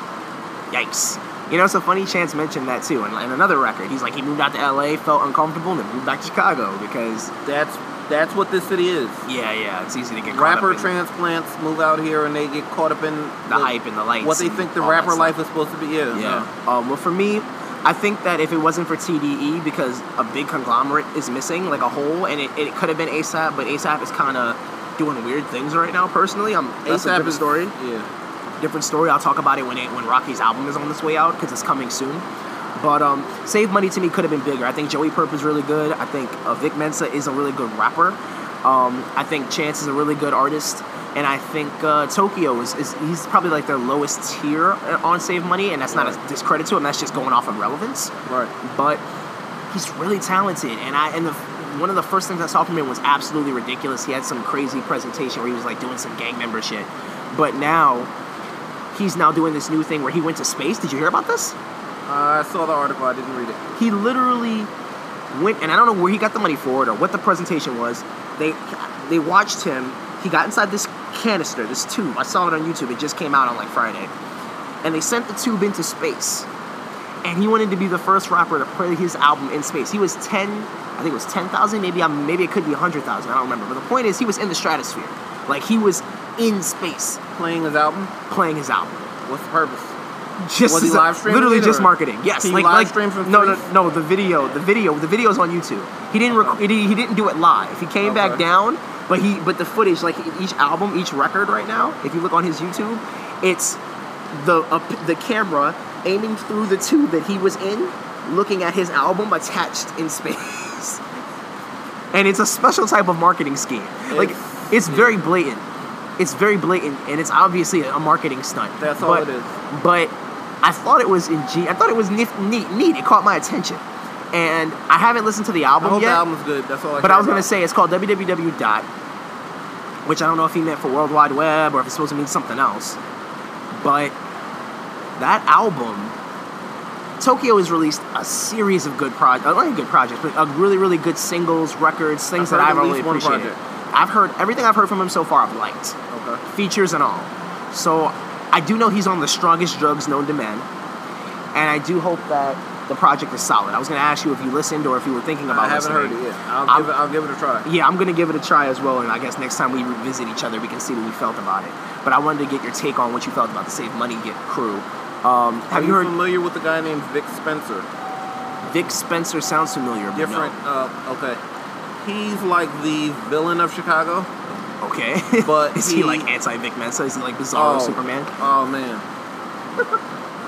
S5: Yikes. You know, so funny Chance mentioned that too in, in another record. He's like, he moved out to LA, felt uncomfortable, and then moved back to Chicago because,
S4: That's that's what this city is.
S5: yeah, yeah, it's easy to get caught
S4: Rapper
S5: up in
S4: transplants move out here and they get caught up in
S5: the hype and the lights.
S4: What they
S5: and
S4: think the
S5: all that
S4: rapper
S5: stuff.
S4: life is supposed to be. Yeah. no.
S5: Yeah. Um, well, for me, I think that if it wasn't for TDE, because a big conglomerate is missing, like a whole, and it, it could have been ASAP, but ASAP is kind of doing weird things right now. Personally, Um, I'm
S4: That's
S5: ASAP different
S4: a different
S5: story.
S4: Yeah.
S5: Different story. I'll talk about it when it, when Rocky's album is on its way out because it's coming soon. But um, Save Money to me could have been bigger. I think Joey Perp is really good. I think uh, Vic Mensa is a really good rapper. Um, I think Chance is a really good artist. And I think uh, Tokyo is, is he's probably like their lowest tier uh, on Save Money, and that's not a discredit to him. That's just going off of relevance
S4: Right.
S5: but he's really talented. And I and the one of the first things I saw from him was absolutely ridiculous. He had some crazy presentation where he was like doing some gang member shit. But now he's now doing this new thing where he went to space. Did you hear about this?
S4: Uh, I saw the article. I didn't read it.
S5: He literally went, and I don't know where he got the money for it or what the presentation was. They they watched him. He got inside this canister, this tube. I saw it on YouTube. It just came out on like Friday, and they sent the tube into space. And he wanted to be the first rapper to play his album in space. He was ten, I think it was ten thousand. Maybe I'm, maybe it could be hundred thousand. I don't remember. But the point is, he was in the stratosphere, like he was in space
S4: Playing his album.
S5: playing his album
S4: What's the purpose?
S5: just
S4: Was he
S5: as a-
S4: live streaming
S5: literally
S4: it,
S5: just
S4: or-
S5: marketing. Yes,
S4: He
S5: like
S4: live
S5: like
S4: streamed from
S5: no, no,
S4: three?
S5: no. The video, the video, the video's on YouTube. He didn't rec- he, didn't- he didn't do it live. He came back
S4: Okay.
S5: down, but he but the footage like each album, each record right now. If you look on his YouTube, it's the up the camera aiming through the tube that he was in, looking at his album attached in space. *laughs* and it's a special type of marketing scheme. like
S4: It's-
S5: it's very blatant. It's very blatant, and it's obviously a marketing stunt.
S4: That's all
S5: But-
S4: it is.
S5: But I thought it was in G. I thought it was nif- neat. Neat. It caught my attention, and I haven't listened to the
S4: I
S5: album
S4: hope
S5: yet.
S4: the album's good. That's all. I
S5: But
S4: care
S5: I was gonna
S4: about.
S5: say it's called www dot, which I don't know if he meant for World Wide Web or if it's supposed to mean something else. But that album, Tokyo has released a series of good projects, not good projects, but a really really good singles, records, things that
S4: I've heard
S5: I've
S4: at
S5: really
S4: least one
S5: appreciated.
S4: project.
S5: I've heard everything I've heard from him so far. I've liked
S4: Okay.
S5: features and all. So I do know he's on the strongest drugs known to man, and I do hope that the project is solid. I was going to ask you if you listened or if you were thinking about
S4: I haven't
S5: listening.
S4: heard it yet. I'll
S5: I'm-
S4: give it. I'll give it a try.
S5: Yeah, I'm going to give it a try as well, and I guess next time we revisit each other, we can see what we felt about it. But I wanted to get your take on what you felt about the Save Money Get crew. Um,
S4: Are
S5: have you heard
S4: familiar with a guy named Vic Spencer?
S5: Vic Spencer? Sounds familiar. but no.
S4: Different. Uh, okay. He's like the villain of Chicago.
S5: Okay. *laughs*
S4: But
S5: is he,
S4: he-
S5: like anti Vic Mensa? Is he like Bizarro Superman?
S4: Oh man. *laughs*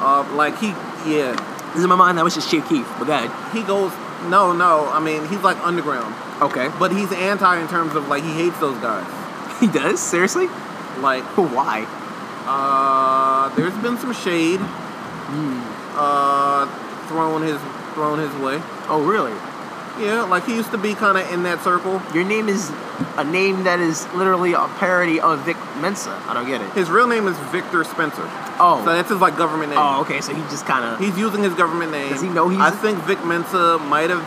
S4: uh, like he, yeah,
S5: This is in my mind. That was just Chief Keef. But that.
S4: he goes. No, no. I mean, he's like underground,
S5: Okay.
S4: but he's anti in terms of like he hates those guys.
S5: *laughs* He does seriously.
S4: Like,
S5: Why?
S4: uh, there's been some shade,
S5: Hmm.
S4: uh, thrown his thrown his way.
S5: Oh really?
S4: Yeah, like he used to be kind of in that circle.
S5: Your name is a name that is literally a parody of Vic Mensa. I don't get it.
S4: His real name is Victor Spencer.
S5: Oh.
S4: So that's his like government name.
S5: Oh, okay. So he just kind of
S4: He's using his government name.
S5: Does he know he's-
S4: I think Vic Mensa might have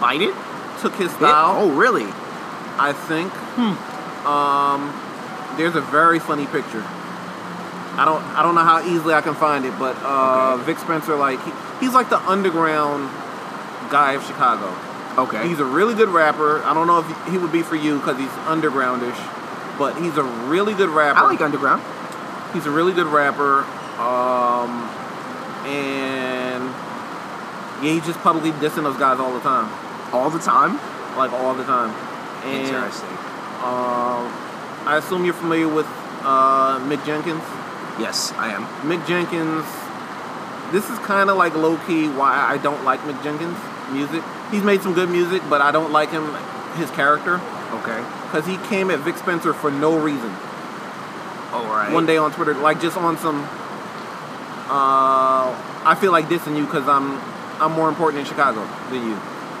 S5: bite it.
S4: took his style.
S5: Oh, really?
S4: I think. Um, there's a very funny picture. I don't I don't know how easily I can find it, but uh, Vic Spencer like he, he's like the underground guy of Chicago.
S5: Okay.
S4: He's a really good rapper. I don't know if he would be for you because he's undergroundish, but he's a really good rapper.
S5: I like underground.
S4: He's a really good rapper. Um, and yeah, he's just publicly dissing those guys all the time,
S5: All the time.
S4: like all the time. And, Um, I assume you're familiar with uh, Mick Jenkins.
S5: Yes, I am.
S4: Mick Jenkins. This is kind of like low key why I don't like Mick Jenkins' music. He's made some good music, but I don't like him, his character,
S5: Okay.
S4: because he came at Vic Spencer for no reason.
S5: All right.
S4: one day on Twitter, like just on some. Uh, I feel like dissing you because I'm I'm more important in Chicago than you,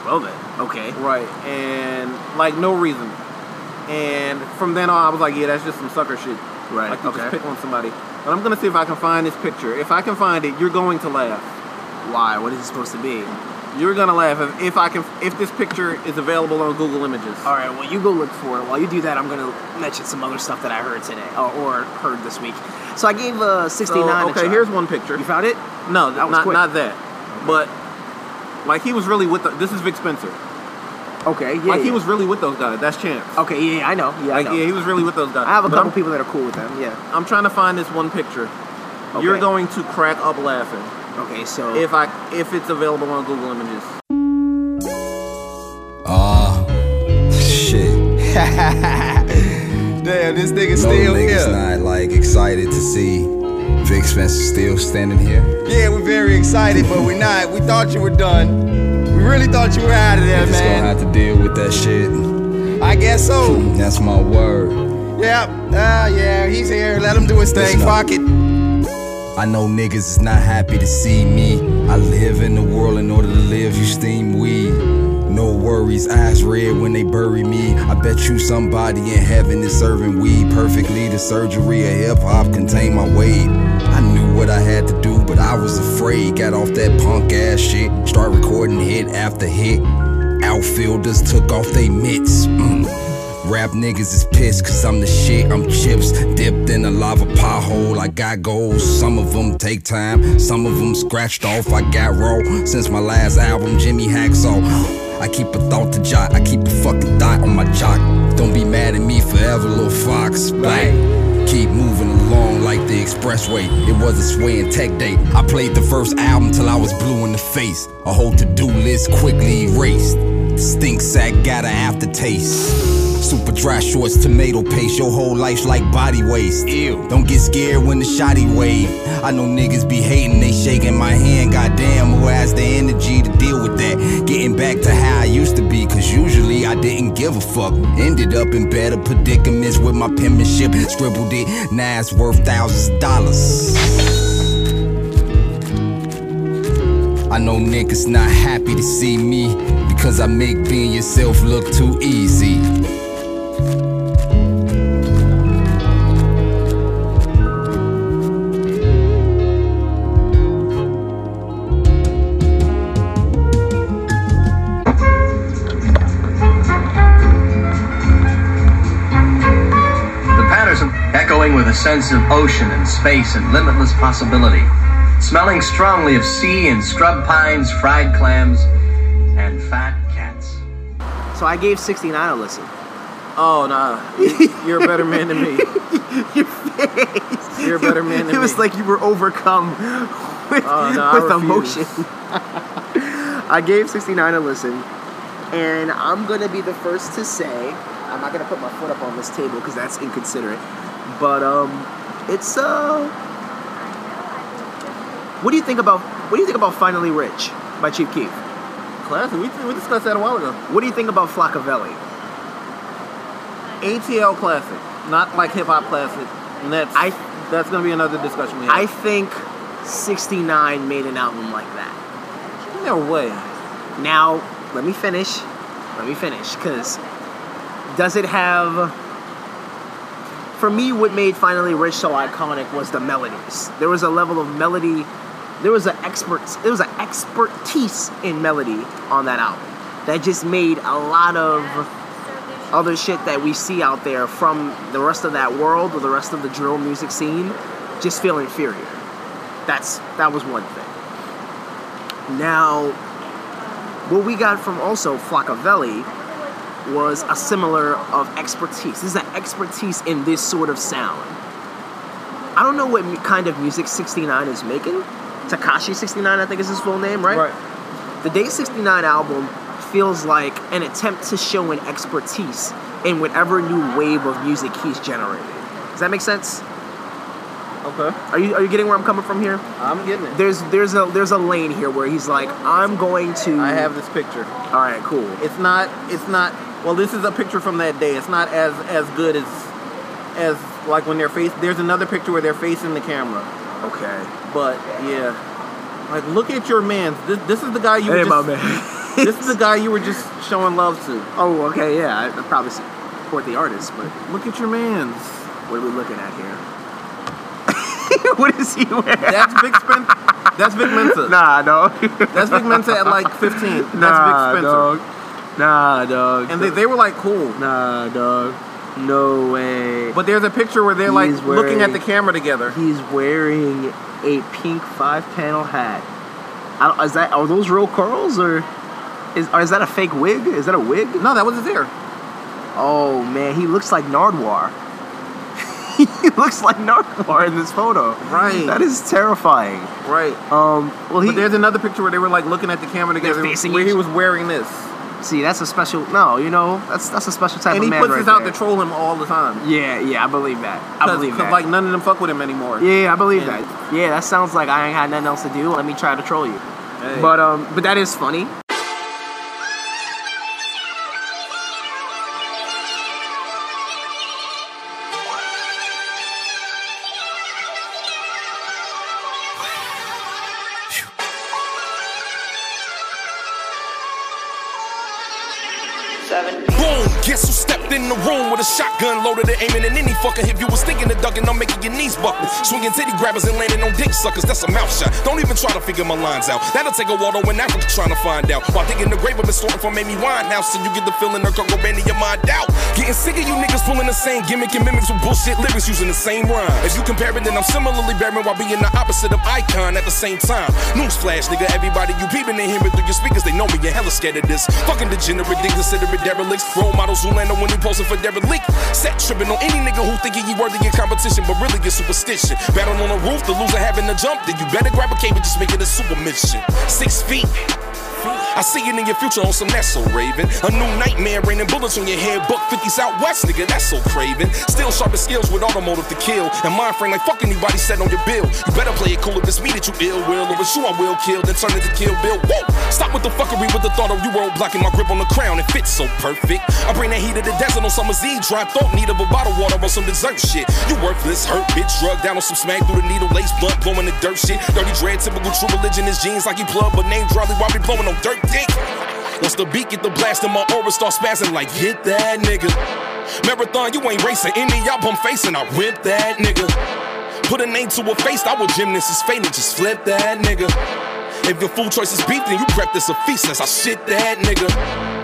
S5: Well then. Okay.
S4: right? And like no reason. And from then on, I was like, yeah, that's just some sucker shit.
S5: Right,
S4: Like you
S5: okay.
S4: just pick on somebody. But I'm gonna see if I can find this picture. If I can find it, you're going to laugh.
S5: Why? What is it supposed to be?
S4: You're gonna laugh if, if I can. If this picture is available on Google Images.
S5: All right, well, you go look for it. While you do that, I'm going to mention some other stuff that I heard today or, or heard this week. So I gave uh, 69
S4: So,
S5: a
S4: okay,
S5: try.
S4: here's one picture.
S5: You found it?
S4: No,
S5: That was
S4: not
S5: quick.
S4: not that. But like he was really with the, this is Vic Spencer.
S5: Okay, yeah.
S4: like
S5: yeah.
S4: he was really with those guys. That's Chance.
S5: Okay, yeah, yeah, I know. Yeah, I,
S4: Like
S5: know.
S4: yeah, he was really with those guys.
S5: I have a
S4: But
S5: couple
S4: I'm,
S5: people that are cool with them. Yeah.
S4: I'm trying to find this one picture. You're
S5: Okay.
S4: going to crack up laughing
S5: Okay, so
S4: if I if it's available on Google Images.
S6: Ah, shit.
S7: Damn, this nigga
S6: No
S7: still
S6: niggas
S7: here.
S6: not like excited to see Vic Spencer still standing here.
S7: Yeah, we're very excited, but we're not. We thought you were done. We really thought you were out of there,
S6: Just gonna
S7: man.
S6: have to deal with that shit.
S7: I guess so.
S6: That's my word.
S7: Yep. Ah, yeah, he's here. Let him do his thing.
S6: Listen up.
S7: Fuck it.
S6: I know niggas is not happy to see me. I live in the world in order to live, you steam weed. No worries, eyes red when they bury me. I bet you somebody in heaven is serving weed perfectly. The surgery of hip hop contained my weight. I knew what I had to do, but I was afraid. Got off that punk ass shit, start recording hit after hit. Outfielders took off they mitts. Mm. Rap niggas is pissed cause I'm the shit. I'm chips dipped in a lava pothole. I got goals. Some of them take time, some of them scratched off. I got raw since my last album, Jimmy Hacksaw. I keep a thought to jot, I keep a fucking dot on my jock. Don't be mad at me forever, little fox. Bang. Keep moving along like the expressway. It was a swaying tech day. I played the first album till I was blue in the face. A whole to do list quickly erased. Stink sack got an aftertaste. Super dry shorts, tomato paste. Your whole life's like body waste. Ew. Don't get scared when the shoddy wave. I know niggas be hating, they shaking my hand. Goddamn, who has the energy to deal with that? Getting back to how I used to be, cause usually I didn't give a fuck. Ended up in better predicaments with my penmanship. Scribbled it, now it's worth thousands of dollars. I know niggas not happy to see me because I make being yourself look too easy.
S8: The Patterson, echoing with a sense of ocean and space and limitless possibility, smelling strongly of sea and scrub pines, fried clams, and fat cats.
S5: so I gave 69 a listen.
S4: Oh nah, You- you're a better man
S5: *laughs*
S4: than me.
S5: Your face.
S4: *laughs* You're a better man than
S5: It was
S4: me.
S5: like you were overcome *laughs* with,
S4: Oh, no, I
S5: with
S4: refuse.
S5: emotion. *laughs* I gave 69 a listen, and I'm gonna be the first to say I'm not gonna put my foot up on this table because that's inconsiderate. But um, it's uh, what do you think about what do you think about Finally Rich by Chief Keef?
S4: Classic. We, we discussed that a while ago.
S5: What do you think about Flockavelli?
S4: ATL classic, not like hip hop classic. And that's
S5: I-
S4: that's gonna be another discussion we have.
S5: I think 69 made an album like that.
S4: no way.
S5: Now, let me finish. Let me finish. Because does it have. For me, what made Finally Rich so iconic was the melodies. There was a level of melody. There was an experts. There was an expertise in melody on that album that just made a lot of other shit that we see out there from the rest of that world or the rest of the drill music scene just feel inferior. That's that was one thing. Now, what we got from also Flockavelli was a similar of expertise. This is an expertise in this sort of sound. I don't know what mu- kind of music 69 is making. Takashi 69, I think is his full name, right? The Day 69 album feels like an attempt to show an expertise in whatever new wave of music he's generating. Does that make sense?
S4: Okay.
S5: Are you, are you getting where I'm coming from here?
S4: I'm getting it.
S5: There's there's a there's a lane here where he's like, I'm going to
S4: I have this picture.
S5: Alright, cool.
S4: It's not. It's not. Well, this is a picture from that day. It's not as as good as as like when they're face. There's another picture where they're facing the camera.
S5: Okay.
S4: But yeah, like look at your man. This this is the guy you.
S5: Hey,
S4: were
S5: my
S4: just,
S5: man.
S4: this is the guy you were *laughs* just showing love to.
S5: *laughs* Oh, okay, yeah. I, I probably support the artist, but
S4: Look at your man's.
S5: *laughs* what are we looking at here? what is he wearing?
S4: That's Vic Spencer. That's Vic Mensa.
S5: Nah, dog.
S4: That's Vic Mensa at like 15. That's
S5: nah,
S4: Vic Spencer.
S5: dog. Nah, dog.
S4: And they, they were like cool.
S5: nah, dog. No way.
S4: But there's a picture where they're like
S5: He's
S4: looking at
S5: wearing-
S4: the camera together.
S5: He's wearing a pink five-panel hat. I don't, is that are those real curls or is or is that a fake wig? Is that a wig?
S4: No, that wasn't there.
S5: Oh man, he looks like Nardwar. *laughs* he looks like Nardwar in this photo.
S4: Right.
S5: That is terrifying.
S4: Right.
S5: Um. Well, he
S4: but there's another picture where they were like looking at the camera together
S5: facing
S4: where he
S5: each-
S4: was wearing this.
S5: see. That's a special. No, you know that's that's a special type
S4: And
S5: of
S4: he
S5: man
S4: puts
S5: right
S4: this out
S5: there.
S4: to troll him all the time.
S5: yeah, yeah, I believe that. I believe that.
S4: like none of them fuck with him anymore.
S5: yeah, I believe
S4: And-
S5: that. Yeah, that sounds like I ain't had nothing else to do. Let me try to troll you.
S4: Hey.
S5: But um, but that is funny.
S9: Boom, guess who stepped in the room with a shotgun loaded and aiming at any fucker. If you was thinking of ducking, I'm making your knees buckle. Swinging titty grabbers and landing on dick suckers, that's a mouth shot. Don't even try to figure my lines out. That'll take a Waldo in Africa trying to find out. While digging the grave, I've been sorting for Mamie Wine now, so you get the feeling of Coco Band in your mind out. Getting sick of you niggas pulling the same gimmick and mimics with bullshit lyrics using the same rhyme. If you compare it, then I'm similarly barren while being the opposite of icon at the same time. Newsflash, nigga, everybody you peeping in hearing through your speakers, they know me, you're hella scared of this. Fucking degenerate, then considerate derelicts. Role models who land on when he posing for derelict. Set tripping on any nigga who thinking he worthy in competition, but really get superstition. Battle on the roof, the loser having to jump, then you better grab a cable, just make it a super mission. Six feet. I see it in your future on some that's so raven. A new nightmare raining bullets on your head. Buck 50s out west, nigga, that's so craven. Still sharp as skills with automotive to kill. And mind frame like fuck anybody set on your bill. You better play it cool if it's me that you ill will. Or it's you I will kill, then turn it to kill Bill. Woo! Stop with the fuckery with the thought of you road blocking my grip on the crown. It fits so perfect. I bring that heat of the desert on summer's eve. Dry thought, need of a bottle water or some dessert shit. You worthless, hurt bitch, drug down on some smack through the needle, lace blunt, blowing the dirt shit. Dirty dread, typical true religion is jeans like he plug, but name Charlie while we blowing on dirt dick. Once the beat get the blast and my aura start spazzing like hit that nigga. Marathon, you ain't racing any, y'all bum facing, I whip that nigga. Put a name to a face, I will gymnast his fate and just flip that nigga. If your food choice is beef, then you prep this a feast as I shit that nigga.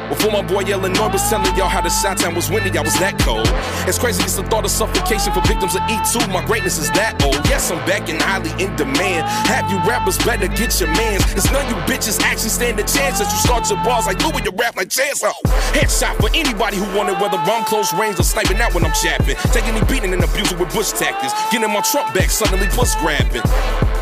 S9: Before my boy Illinois was telling y'all how the shot town was windy, I was that cold. As crazy as the thought of suffocation for victims of E2, my greatness is that old. Yes, I'm back and highly in demand. Have you rappers better get your mans? It's none you bitches actually stand a chance that you start your bars like you with your rap like chance. Oh, headshot for anybody who wanted whether I'm close range or sniping out when I'm chapping. Taking the beating and abusing with bush tactics. Getting my trunk back, suddenly puss grabbing.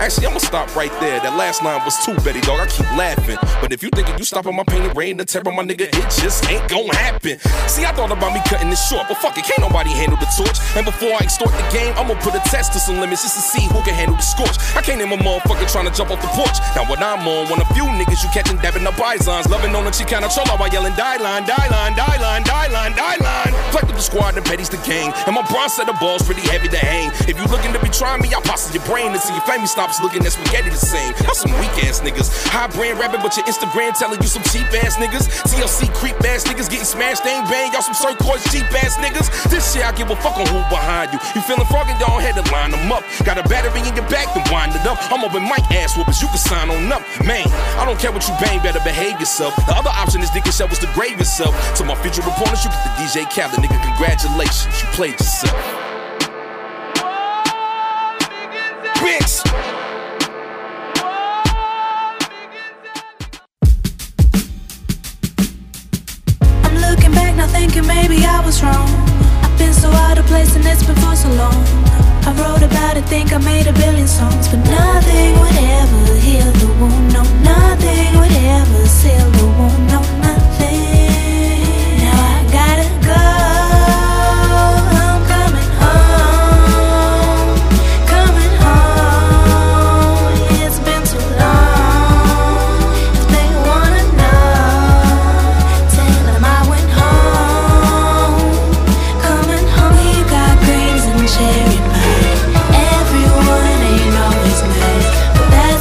S9: Actually, I'ma stop right there. That last line was too Betty dog. I keep laughing. But if you thinking you stopping my pain and rain to tear on my nigga, it just ain't gonna happen. See, I thought about me cutting this short, but fuck it, can't nobody handle the torch. And before I extort the game, I'ma put a test to some limits just to see who can handle the scorch. I came in my motherfucker trying to jump off the porch. Now what I'm on, one of few niggas you catching dabbing up bisons, loving on a Chicana chola while yelling die line, die line, die line, die line, die line. Plucked up the squad and petty's the gang, and my bronze set of balls pretty heavy to hang. If you looking to be trying me, I pasta your brain until your family stops looking at spaghetti the same. Y'all some weak ass niggas, high brand rapping, but your Instagram telling you some cheap ass niggas. TLC creep ass niggas getting smashed, ain't bang. Y'all some circoids cheap ass niggas. This shit I give a fuck on who behind you. You feeling frogging, y'all had to line them up. Got a battery in your back, then wind it up. I'm open mic ass whoopers, you can sign on up. Man, I don't care what you bang, better behave yourself. The other option is dick and shovels to grave yourself. To my future opponents, you get the DJ Khaled, nigga. Congratulations, you played yourself. Bitch!
S10: I'm looking back now thinking maybe I was wrong. I've been so out of place and it's been for so long. I wrote about it, think I made a billion songs, but nothing would ever heal the wound. No, nothing would ever seal the wound. No, nothing. Now I gotta go. I'm coming home, coming home. It's been too long. They wanna know. Tell 'em I went home, coming home. We got greens and cherry pie. Everyone ain't always nice.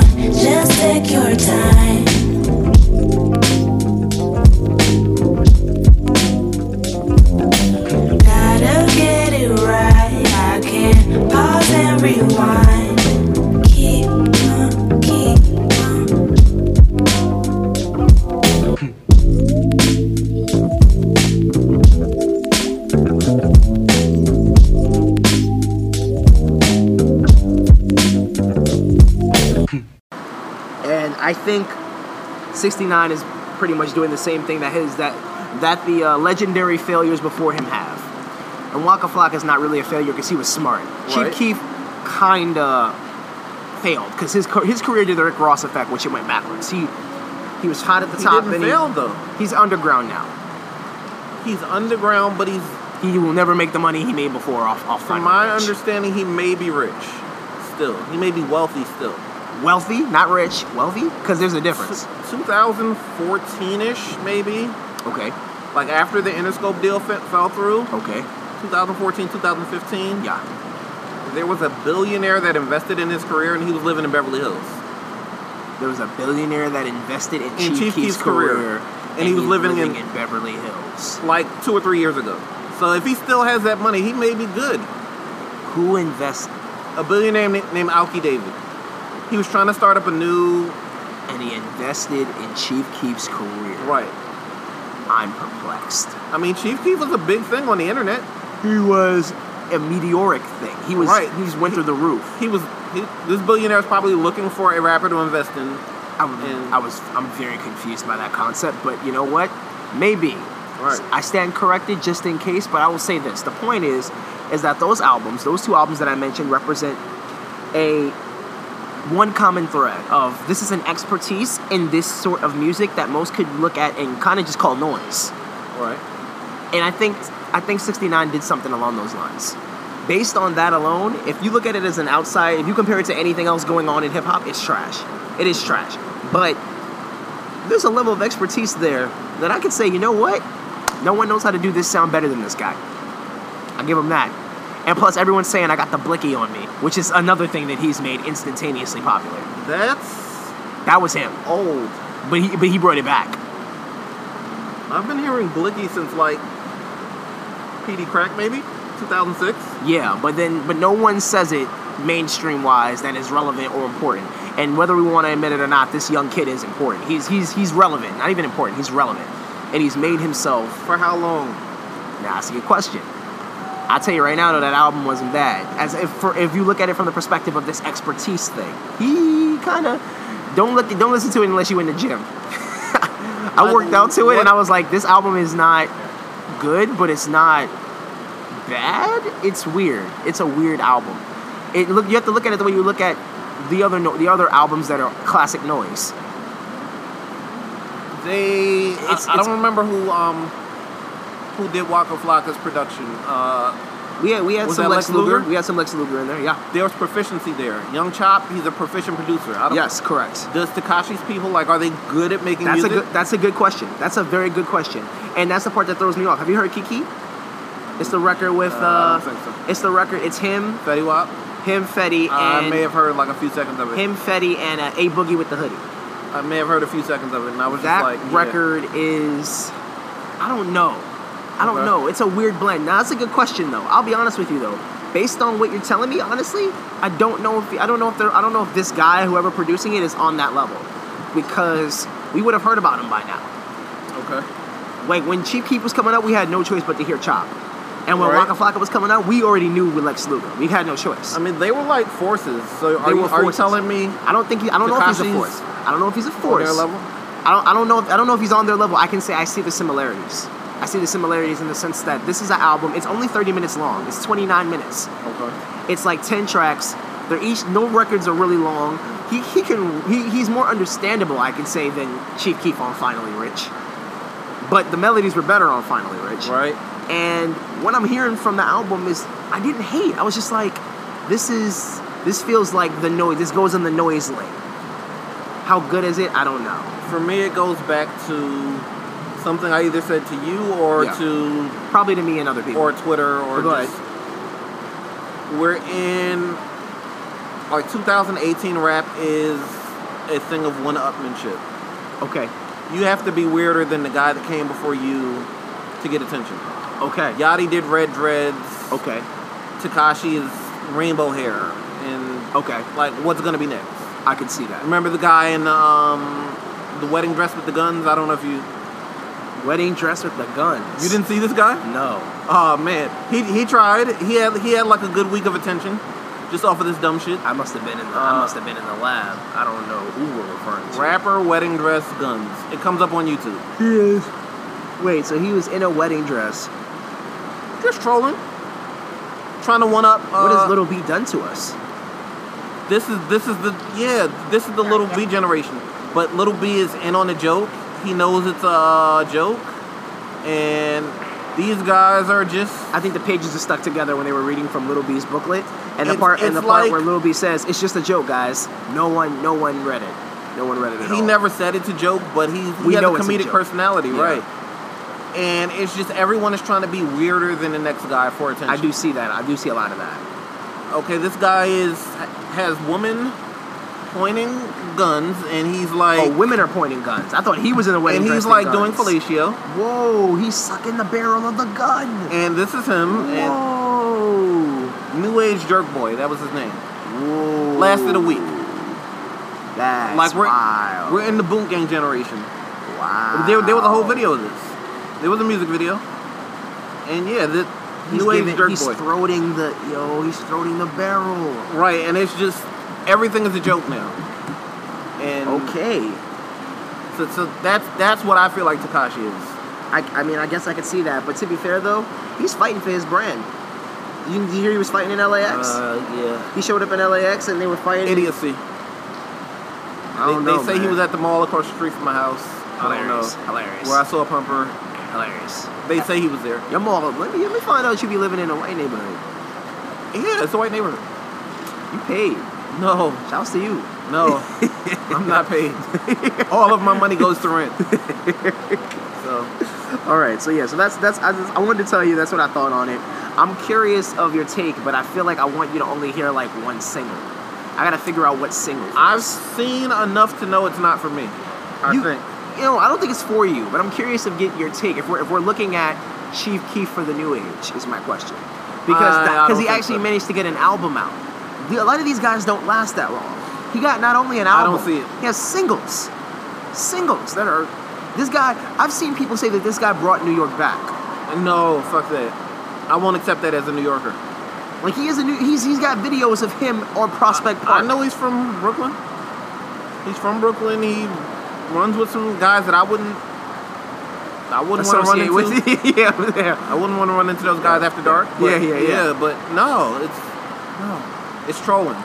S10: your time. Gotta get it right. I can't pause and rewind. Keep on, keep
S5: and I think 69 is pretty much doing the same thing that his that that the uh, legendary failures before him have. And Waka Flocka is not really a failure because he was smart.
S4: Right.
S5: Chief Keef kinda failed because his car- his career did the Rick Ross effect, which it went backwards. He he was hot at the
S4: He
S5: top,
S4: didn't
S5: and
S4: fail,
S5: he,
S4: though.
S5: He's underground now.
S4: He's underground, but he's
S5: He will never make the money he made before off off
S4: from
S5: Finding
S4: my
S5: Rich.
S4: understanding, he may be rich. Still, he may be wealthy. Still,
S5: wealthy, not rich, wealthy, because there's a difference.
S4: 2014ish, maybe.
S5: Okay,
S4: Like after the Interscope deal fe- fell through,
S5: okay,
S4: 2014, 2015.
S5: yeah,
S4: There was a billionaire that invested in his career, and he was living in Beverly Hills.
S5: there was a billionaire that invested in,
S4: In
S5: Chief,
S4: Chief
S5: Keef's
S4: Keef's career.
S5: career,
S4: And he was living in-
S5: Beverly Hills.
S4: Like two or three years ago. So if he still has that money, he may be good.
S5: Who invested
S4: A billionaire na- named Alki David. He was trying to start up a new
S5: and he invested in Chief Keef's career?
S4: right.
S5: I'm perplexed.
S4: I mean, Chief Keef was a big thing on the internet.
S5: He was a meteoric thing. He was
S4: Right.
S5: he just went through the roof.
S4: He was he, this billionaire is probably looking for a rapper to invest in.
S5: I,
S4: And-
S5: I was I'm very confused by that concept, but you know what? Maybe.
S4: Right.
S5: I stand corrected just in case, but I will say this. The point is is that those albums, those two albums that I mentioned represent a one common thread of this is an expertise in this sort of music that most could look at and kind of just call noise.
S4: Right.
S5: And I think I think 69 did something along those lines. Based on that alone, if you look at it as an outside, if you compare it to anything else going on in hip hop, it's trash. It is trash. But there's a level of expertise there that I could say, you know what? No one knows how to do this sound better than this guy. I give him that. And plus, everyone's saying I got the blicky on me, which is another thing that he's made instantaneously popular.
S4: That's
S5: That was him,
S4: old.
S5: but he but he brought it back.
S4: I've been hearing Blicky since like PD Crack maybe 2006.
S5: Yeah, but then but no one says it mainstream wise that is relevant or important. And whether we want to admit it or not, this young kid is important. He's he's he's relevant. Not even important. He's relevant, and he's made himself.
S4: For how long?
S5: Now that's a good question. I tell you right now, though, that album wasn't bad. As if for, if you look at it from the perspective of this expertise thing, he kind of don't look don't listen to it unless you in the gym. *laughs* I worked out to it and I was like, this album is not good, but it's not bad. It's weird. It's a weird album. It look you have to look at it the way you look at the other no, the other albums that are classic noise.
S4: They I-
S5: It's-
S4: I,
S5: it's-
S4: don't remember who um who did Waka Flocka's production. Uh,
S5: We had we had
S4: Was
S5: some
S4: that
S5: Lex,
S4: Lex Luger?
S5: Luger? We had some Lex Luger in there. Yeah.
S4: there was proficiency there. Young Chop, he's a proficient producer. I don't,
S5: Yes, correct.
S4: Does Takashi's people like? Are they good at making
S5: That's a
S4: music?
S5: good. That's a good question. That's a very good question, and that's the part that throws me off. Have you heard Kiki? It's the record with.
S4: Uh, I
S5: Uh,
S4: don't think so.
S5: it's the record. It's him,
S4: Fetty Wap.
S5: him, Fetty,
S4: I
S5: and
S4: may have heard like a few seconds of it.
S5: him, Fetty, and uh, a boogie with the hoodie.
S4: I may have heard a few seconds of it, and I was
S5: That
S4: just like, yeah.
S5: record is. I don't know. I don't
S4: Okay.
S5: know. It's a weird blend. Now that's a good question though. I'll be honest with you though. Based on what you're telling me, honestly, I don't know if I don't know if there I don't know if this guy, whoever producing it, is on that level, because we would have heard about him by now.
S4: Okay.
S5: Like when Chief Keef was coming up, we had no choice but to hear Chop. And when
S4: Right.
S5: Waka Flocka was coming out, we already knew with Lex Luger. We had no choice.
S4: I mean, they were like forces. So are,
S5: They
S4: you,
S5: were
S4: are you
S5: forces.
S4: telling me
S5: I don't think he, I don't know if he's a
S4: Takashi's
S5: force. I don't know if he's a
S4: on
S5: force.
S4: their level?
S5: I don't I don't know if I don't know if he's on their level. I can say I see the similarities. I see the similarities in the sense that this is an album. It's only 30 minutes long. It's 29 minutes.
S4: Okay.
S5: It's like 10 tracks. They're each no records are really long. He, he can he, he's more understandable, I can say, than Chief Keef on Finally Rich. But the melodies were better on Finally Rich.
S4: Right.
S5: And what I'm hearing from the album is I didn't hate. I was just like, this is this feels like the noise. This goes in the noise lane. How good is it? I don't know.
S4: For me, it goes back to something I either said to you or
S5: Yeah.
S4: to
S5: Probably to me and other people.
S4: or Twitter or
S5: Go ahead.
S4: just we're in like 2018 rap is a thing of one upmanship.
S5: Okay.
S4: You have to be weirder than the guy that came before you to get attention.
S5: Okay.
S4: Yachty did red dreads.
S5: Okay.
S4: Takashi is rainbow hair. And
S5: Okay.
S4: like what's gonna be next?
S5: I can see that.
S4: Remember the guy in um, the wedding dress with the guns? I don't know if you
S5: Wedding dress with the guns.
S4: you didn't see this guy.
S5: No.
S4: Oh man, he he tried. He had he had like a good week of attention, just off of this dumb shit.
S5: I must have been in. The, I must have been in the lab. I don't know who we're referring to.
S4: Rapper wedding dress guns. It comes up on YouTube.
S5: Wait, so he was in a wedding dress.
S4: Just trolling, trying to one up. Uh,
S5: What has Little B done to us?
S4: This is this is the yeah. This is the little B generation. But little B is in on the joke. He knows it's a joke, and these guys are just
S5: I think the pages are stuck together when they were reading from Little B's booklet, and the
S4: It's-
S5: part and
S4: it's
S5: the part
S4: like-
S5: where Little B says, "It's just a joke, guys. No one, no one read it. No one read it at
S4: he
S5: all."
S4: never said it to joke, but he, he
S5: We
S4: had
S5: know
S4: a
S5: it's a
S4: comedic
S5: joke.
S4: personality,
S5: Yeah.
S4: right? And it's just everyone is trying to be weirder than the next guy for attention.
S5: I do see that. I do see a lot of that.
S4: Okay, this guy is has woman pointing guns, and he's like,
S5: oh, women are pointing guns. I thought he was in a wedding
S4: and
S5: dress.
S4: he's
S5: with
S4: like
S5: guns.
S4: doing fellatio,
S5: Whoa, he's sucking the barrel of the gun.
S4: and this is him. And
S5: Whoa.
S4: New Age Jerk Boy, that was his name.
S5: Whoa.
S4: Lasted a week.
S5: That's
S4: like we're
S5: wild.
S4: we're in the Boom Gang generation.
S5: wow.
S4: There, there was a whole video of this. There was a music video, and yeah, the
S5: He's,
S4: New Age
S5: giving-
S4: Jerk
S5: he's
S4: Boy.
S5: throating the yo. He's throating the barrel.
S4: Right, and it's just everything is a joke now. And
S5: Okay.
S4: so, so that's that's what I feel like Takashi is.
S5: I, I mean, I guess I could see that. But to be fair, though, he's fighting for his brand. You, did you hear he was fighting in LAX?
S4: Uh, yeah.
S5: he showed up in LAX and they were fighting.
S4: Idiocy.
S5: I don't
S4: they
S5: know,
S4: they say he
S5: man.
S4: was at the mall across the street from my house.
S5: Hilarious.
S4: I don't know.
S5: Hilarious.
S4: Where I saw a pumper.
S5: Hilarious.
S4: They say he was there.
S5: Your mall. Let me, let me find out you be living in a white neighborhood.
S4: Yeah, it's a white neighborhood.
S5: You paid.
S4: No,
S5: Shouts to you. *laughs*
S4: no. I'm not paid. All of my money goes
S5: *laughs*
S4: to rent. So
S5: All right. So yeah. So that's that's. I, just, I wanted to tell you that's what I thought on it. I'm curious of your take, but I feel like I want you to only hear like one single. I gotta figure out what single.
S4: I've
S5: first.
S4: seen enough to know it's not for me. I
S5: you,
S4: think.
S5: You know, I don't think it's for you, but I'm curious to get your take. If we're if we're looking at Chief Keef for the New Age, is my question, because
S4: I-
S5: that-
S4: Uh, I
S5: because he
S4: don't think
S5: actually
S4: so.
S5: managed to get an album out. The- a lot of these guys don't last that long. He got not only an
S4: I
S5: album,
S4: don't see it.
S5: he has singles, singles that are. This guy, I've seen people say that this guy brought New York back.
S4: No, fuck that. I won't accept that as a New Yorker.
S5: Like he is a new, he's he's got videos of him on Prospect Park.
S4: I know he's from Brooklyn. He's from Brooklyn. He runs with some guys that I wouldn't. I wouldn't want to run
S5: associate
S4: into.
S5: with *laughs* yeah, yeah.
S4: I wouldn't want to run into those guys after dark. but
S5: Yeah, yeah, yeah.
S4: But no, it's no, it's trolling.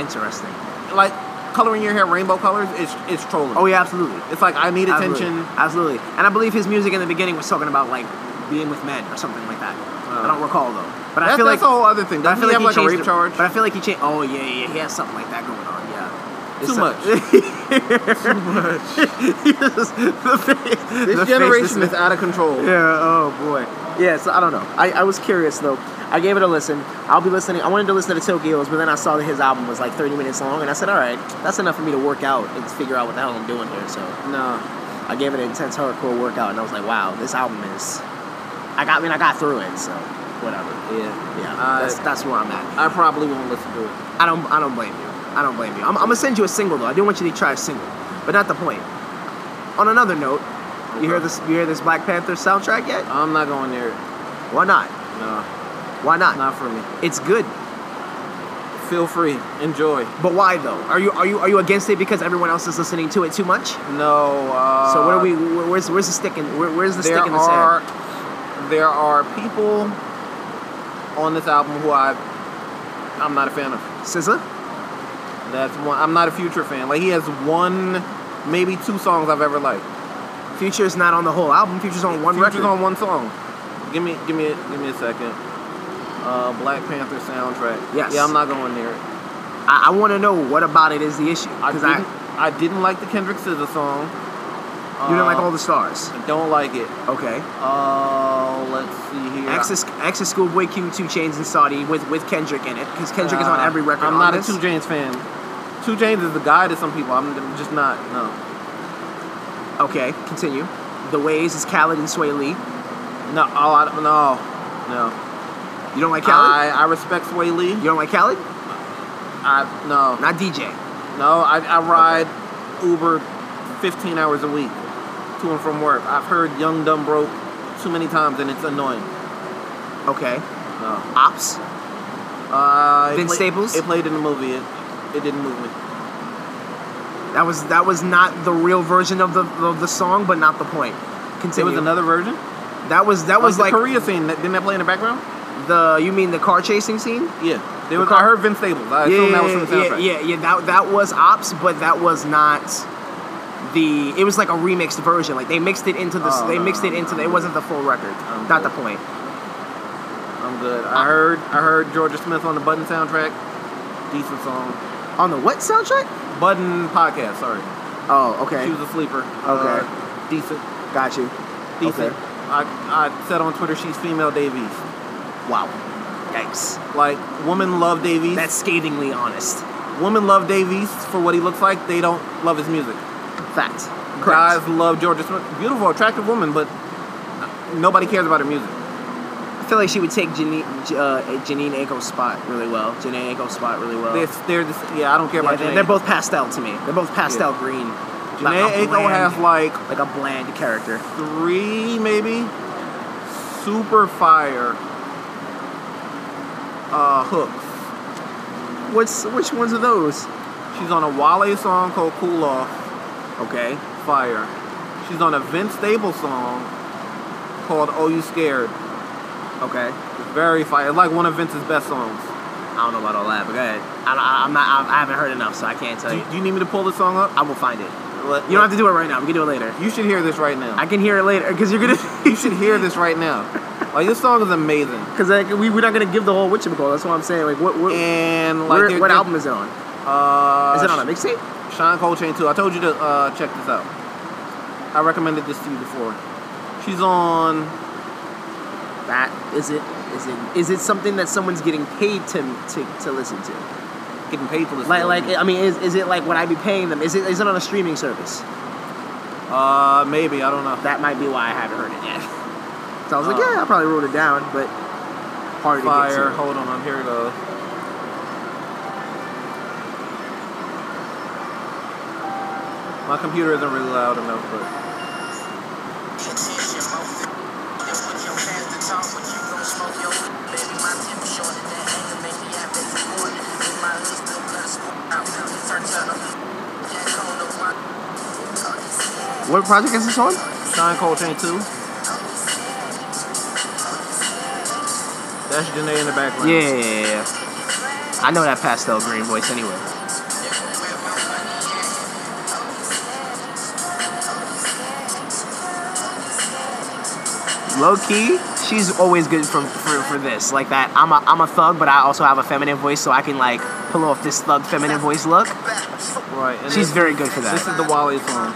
S5: Interesting.
S4: Like coloring your hair rainbow colors. It's it's trolling.
S5: Oh yeah, absolutely.
S4: It's like I need attention.
S5: Absolutely. Absolutely. And I believe his music in the beginning was talking about like being with men or something like that. I don't recall though. But I
S4: That's,
S5: feel like
S4: Oh. that's a whole other thing.
S5: but I
S4: Doesn't
S5: feel
S4: he
S5: like
S4: have
S5: he
S4: like a
S5: changed
S4: rape
S5: the-
S4: charge?
S5: But I feel like he changed. Oh yeah, yeah, yeah. He has something like that going on. Yeah.
S4: Too much.
S5: *laughs* much.
S4: This generation is out of control.
S5: Yeah. Oh boy. Yeah. So I don't know. I, I was curious though. I gave it a listen. I'll be listening. I wanted to listen to Tokyo's, but then I saw that his album was like 30 minutes long, and I said, "All right, that's enough for me to work out and figure out what the hell I'm doing here." So
S4: No.
S5: I gave it an intense hardcore workout, and I was like, "Wow, this album is." I got, I mean, I got through it, so whatever.
S4: Yeah.
S5: Yeah,
S4: Uh,
S5: that's, that's where I'm at.
S4: I probably won't listen to it.
S5: I don't, I don't blame you. I don't blame you. I'm, I'm gonna send you a single though. I do want you to try a single, but not the point. On another note, you hear this, you hear this Black Panther soundtrack yet?
S4: I'm not going there.
S5: Why not?
S4: No,
S5: Why not?
S4: not for me.
S5: It's good,
S4: Feel free. Enjoy.
S5: but why though? Are you, are you, are you against it because everyone else is listening to it too much?
S4: No. Uh,
S5: so what are we? where- Where's, where's the stick in? Where, where's the
S4: There
S5: stick in the
S4: are
S5: sand?
S4: there are people on this album who I I'm not a fan of.
S5: SZA?
S4: That's one. I'm not a Future fan. Like he has one, maybe two songs I've ever liked.
S5: Future's not on the whole album. Future's on one
S4: Future's
S5: record.
S4: on one song. Give me give me give me a second. Uh, Black Panther soundtrack.
S5: Yes.
S4: Yeah, I'm not going there.
S5: I, I want to know what about it is the issue.
S4: I
S5: Because
S4: didn't,
S5: I,
S4: I, didn't like the Kendrick SZA song.
S5: you didn't like
S4: Uh,
S5: all the stars.
S4: Don't like it.
S5: Okay.
S4: Uh, let's see here.
S5: X is X is Schoolboy Q, Two Chains, and Saudi with with Kendrick in it because Kendrick is on
S4: Uh,
S5: every record.
S4: I'm
S5: on
S4: not
S5: this.
S4: a Two Chains fan. Two Chainz is the guy to some people. I'm just not. No.
S5: Okay, continue. The Ways is Khaled and Sway Lee.
S4: No, all I, no, no.
S5: You don't like Khaled?
S4: I, I respect Sway Lee.
S5: you don't like Khaled?
S4: I no,
S5: Not DJ.
S4: no. I, I ride Uber 15 hours a week to and from work. I've heard Young Dumb Broke too many times, and it's annoying.
S5: Okay.
S4: No.
S5: Ops?
S4: Uh, it
S5: Vince
S4: play-
S5: Staples?
S4: It played in the movie. It, it didn't move me.
S5: That was that was not the real version of the of the song, but not the point.
S4: There
S5: Continue.
S4: was another version.
S5: That was that was like,
S4: the Korea scene. That, didn't that play in the background?
S5: the you mean the car chasing scene?
S4: Yeah. There was, I heard Vince Staples. I assume that was from Uh, the
S5: yeah,
S4: soundtrack.
S5: yeah, yeah. That that was ops, but that was not the. It was like a remixed version. Like they mixed it into the.
S4: Oh,
S5: they
S4: no,
S5: mixed it into. the, it wasn't the full record.
S4: I'm
S5: not the
S4: good.
S5: point.
S4: I'm good. I heard I heard Georgia Smith on the Button soundtrack. Decent song.
S5: On the what soundtrack?
S4: Button podcast. Sorry,
S5: Oh, okay.
S4: she was a sleeper. Okay, decent,
S5: Got you.
S4: decent.
S5: Okay.
S4: I I said on Twitter she's female Davies.
S5: Wow. Yikes.
S4: Like women love Davies.
S5: That's scathingly honest.
S4: women love Davies for what he looks like. They don't love his music.
S5: Fact. Correct.
S4: Guys love Georgia Smith. Beautiful, attractive woman, but nobody cares about her music.
S5: I feel like she would take Janine, uh, Janine Aiko's spot really well. Janine Aiko's spot really well.
S4: They're, they're just, yeah, I don't care
S5: Uh, Yeah,
S4: about
S5: they're,
S4: Janae.
S5: they're both pastel to me. They're both pastel green. Like a
S4: Janae Aiko
S5: bland-
S4: has like
S5: like a bland character.
S4: three maybe super fire uh, hooks.
S5: What's which ones are those?
S4: She's on a Wale song called Cool Off.
S5: Okay.
S4: Fire. She's on a Vince Staples song called Oh You Scared.
S5: Okay.
S4: Very fire. It's like one of Vince's best songs.
S5: I don't know about all that, but go ahead. I, I, I'm not. I, I haven't heard enough, so I can't tell
S4: Do
S5: you.
S4: you, do you need me to pull this song up?
S5: I will find it.
S4: Let-
S5: You don't have to do it right now. We can do it later.
S4: You should hear this right now.
S5: I can hear it later because you're gonna.
S4: *laughs*
S5: *laughs*
S4: you should hear this right now. Like this song
S5: *laughs*
S4: is amazing.
S5: Because like, we we're not gonna give the whole whatchamacallit. That's what I'm saying. Like what what,
S4: And like
S5: where-
S4: they're-
S5: what
S4: they're-
S5: album is it on?
S4: Uh,
S5: Is it on a mixtape?
S4: Sean Coltrane too. I told you to uh, check this out. I recommended this to you before. She's on.
S5: That is it. Is it is it something that someone's getting paid to to, to listen to?
S4: getting paid for this.
S5: Like
S4: though.
S5: like I mean, is, is it like what I'd be paying them? Is it is it on a streaming service?
S4: uh, maybe I don't know.
S5: That might be why I haven't heard it yet. So I was like,
S4: Um,
S5: yeah, I probably wrote it down, but hard
S4: Fire.
S5: to get to.
S4: Hold on, here it goes. My computer isn't really loud enough, but
S5: What project is this on?
S4: Sean Coltrane too. That's Janae in the background.
S5: Yeah, yeah, yeah, yeah. I know that pastel green voice anyway. Low key, she's always good for, for, for this. Like that, I'm a, I'm a thug, but I also have a feminine voice, so I can like pull off this thug feminine voice look.
S4: Right. And
S5: She's
S4: this-
S5: very good for that.
S4: This is the Wale song.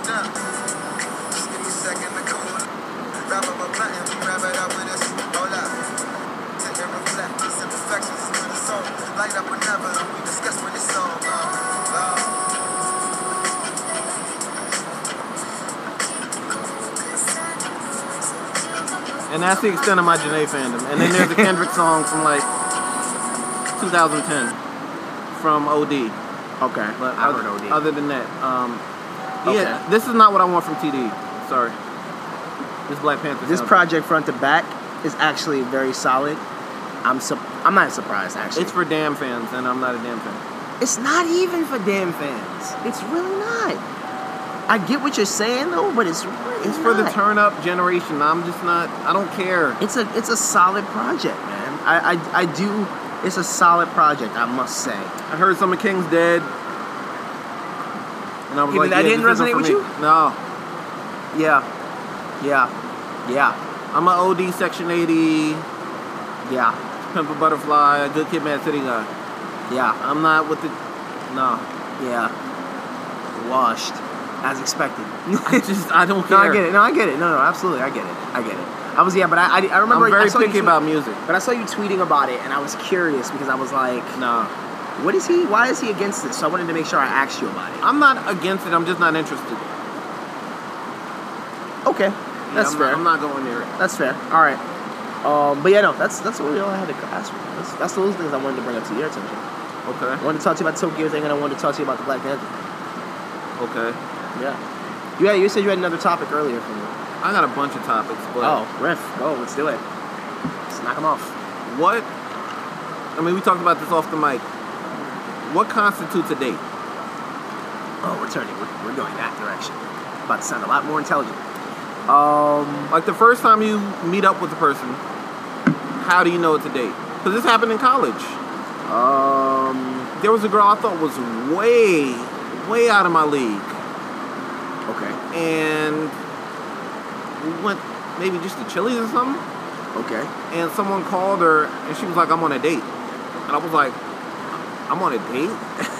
S4: And that's the extent of my Janae fandom. And then
S5: *laughs*
S4: there's a Kendrick song from like 2010 from OD.
S5: Okay, Uh,
S4: But
S5: I
S4: other,
S5: heard OD.
S4: other than that, um,
S5: Okay.
S4: yeah, this is not what I want from TD. Sorry. This Black Panther.
S5: This
S4: soundtrack.
S5: project front to back is actually very solid. I'm su- I'm not surprised actually.
S4: It's for damn fans, and I'm not a damn fan.
S5: It's not even for damn fans. It's really not. I get what you're saying though, but it's really
S4: It's for the
S5: not.
S4: turn up generation. I'm just not. I don't care.
S5: It's a it's a solid project, man. I, I I do. It's a solid project, I must say.
S4: I heard some of King's dead, and I was
S5: You mean
S4: like,
S5: that
S4: yeah,
S5: didn't
S4: this isn't
S5: resonate
S4: for
S5: with
S4: me.
S5: you?
S4: No,
S5: Yeah, yeah, yeah,
S4: I'm an OD Section 80,
S5: yeah,
S4: Pimp a Butterfly, Good Kid, Mad City guy.
S5: yeah,
S4: I'm not with the. No,
S5: yeah. Washed, as expected.
S4: I just I don't care.
S5: *laughs* No, I get it. No, I get it. No, no, absolutely, I get it. I get it. I was yeah, but I I, I remember
S4: I'm very
S5: I saw you
S4: picky
S5: tweet-
S4: about music.
S5: But I saw you tweeting about it, and I was curious because I was like,
S4: No,
S5: What is he? Why is he against this? So I wanted to make sure I asked you about it.
S4: I'm not against it. I'm just not interested.
S5: Okay,
S4: Yeah,
S5: that's
S4: I'm
S5: fair.
S4: Not, I'm not going near it.
S5: That's fair. All right. Um, but yeah, no, that's that's really all I had to ask. For. That's, that's those things I wanted to bring up to your attention. I
S4: Okay.
S5: wanted to talk to you about the Tokyo thing, and I wanted to talk to you about the Black Panther.
S4: Okay.
S5: Yeah. You had, you said you had another topic earlier from me.
S4: I got a bunch of topics, but
S5: Oh, riff. Go. Let's do it. Let's knock them off.
S4: what? I mean, we talked about this off the mic. What constitutes a date?
S5: Oh, we're turning. We're, we're going that direction. About to sound a lot more intelligent. Um.
S4: Like the first time you meet up with a person, how do you know it's a date? Because this happened in college.
S5: Um.
S4: There was a girl I thought was way, way out of my league,
S5: Okay.
S4: and we went maybe just to Chili's or something.
S5: Okay.
S4: and someone called her and she was like, I'm on a date. And I was like, I'm on a date? *laughs*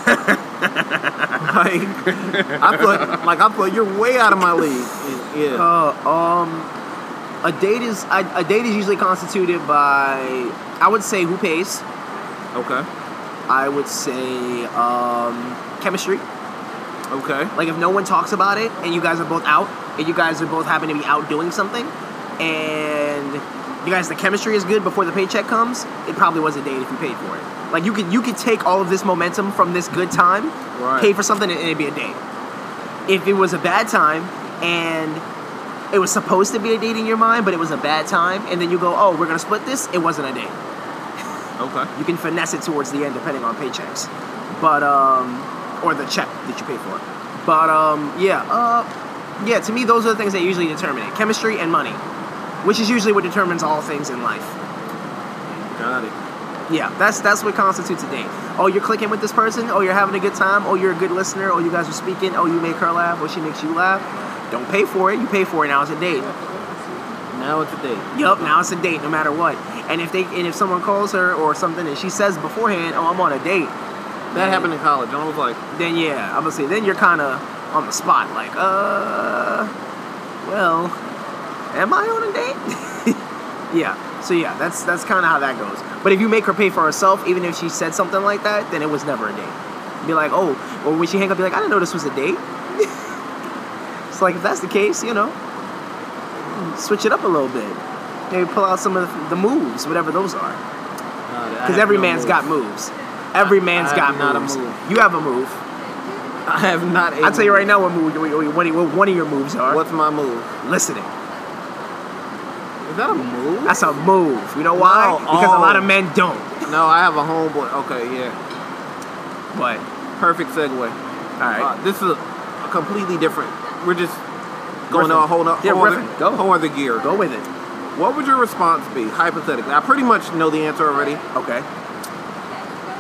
S4: like I thought like I thought you're way out of my league.
S5: *laughs*
S4: And- yeah.
S5: Uh, um, a date is a, a date is usually constituted by I would say who pays.
S4: Okay.
S5: I would say um, chemistry.
S4: Okay.
S5: Like if no one talks about it and you guys are both out and you guys are both happen to be out doing something and you guys the chemistry is good before the paycheck comes, it probably was a date if you paid for it. Like you could you could take all of this momentum from this good time,
S4: Right.
S5: pay for something and it'd be a date. If it was a bad time and it was supposed to be a date in your mind, but it was a bad time, and then you go, "Oh, we're gonna split this." It wasn't a date.
S4: Okay.
S5: You can finesse it towards the end depending on paychecks. But um or the check that you pay for. But um yeah, uh yeah, to me those are the things that usually determine it. Chemistry and money. Which is usually what determines all things in life.
S4: Got it.
S5: Yeah, that's that's what constitutes a date. Oh, you're clicking with this person, oh you're having a good time, oh you're a good listener, oh you guys are speaking, oh you make her laugh, oh she makes you laugh. Don't pay for it, you pay for it now it's a date.
S4: Now it's a date.
S5: Yup, now it's a date, no matter what. And if they and if someone calls her or something and she says beforehand, "Oh, I'm on a date,"
S4: That happened in college and I was like,
S5: then yeah, I'm gonna say then you're kind of on the spot, like, uh, well, am I on a date? *laughs* yeah. So yeah, that's that's kind of how that goes. But if you make her pay for herself, even if she said something like that, then it was never a date. Be like, oh, or when she hang up, be like, I didn't know this was a date. *laughs* it's like if that's the case, you know, switch it up a little bit. Maybe pull out some of the- the moves, whatever those are. Because every man's *laughs* got
S4: man's
S5: moves. Every
S4: I-
S5: man's
S4: I
S5: got
S4: have not a
S5: moves.
S4: move.
S5: You have a move.
S4: I have not
S5: I'll tell you right now what move, what, what, what one of your moves are.
S4: What's my move?
S5: Listening.
S4: Is that a move?
S5: That's a move. You know why?
S4: No,
S5: because a
S4: oh.
S5: lot of men don't.
S4: no, I have a homeboy. Okay, yeah.
S5: But
S4: Perfect segue.
S5: all right,
S4: Uh, this is a, a completely different. We're just
S5: Riffing.
S4: going to a whole, no,
S5: Yeah,
S4: whole other,
S5: riffing. Go.
S4: whole other gear.
S5: go with it.
S4: What would your response be, hypothetically? I pretty much know the answer already.
S5: Okay.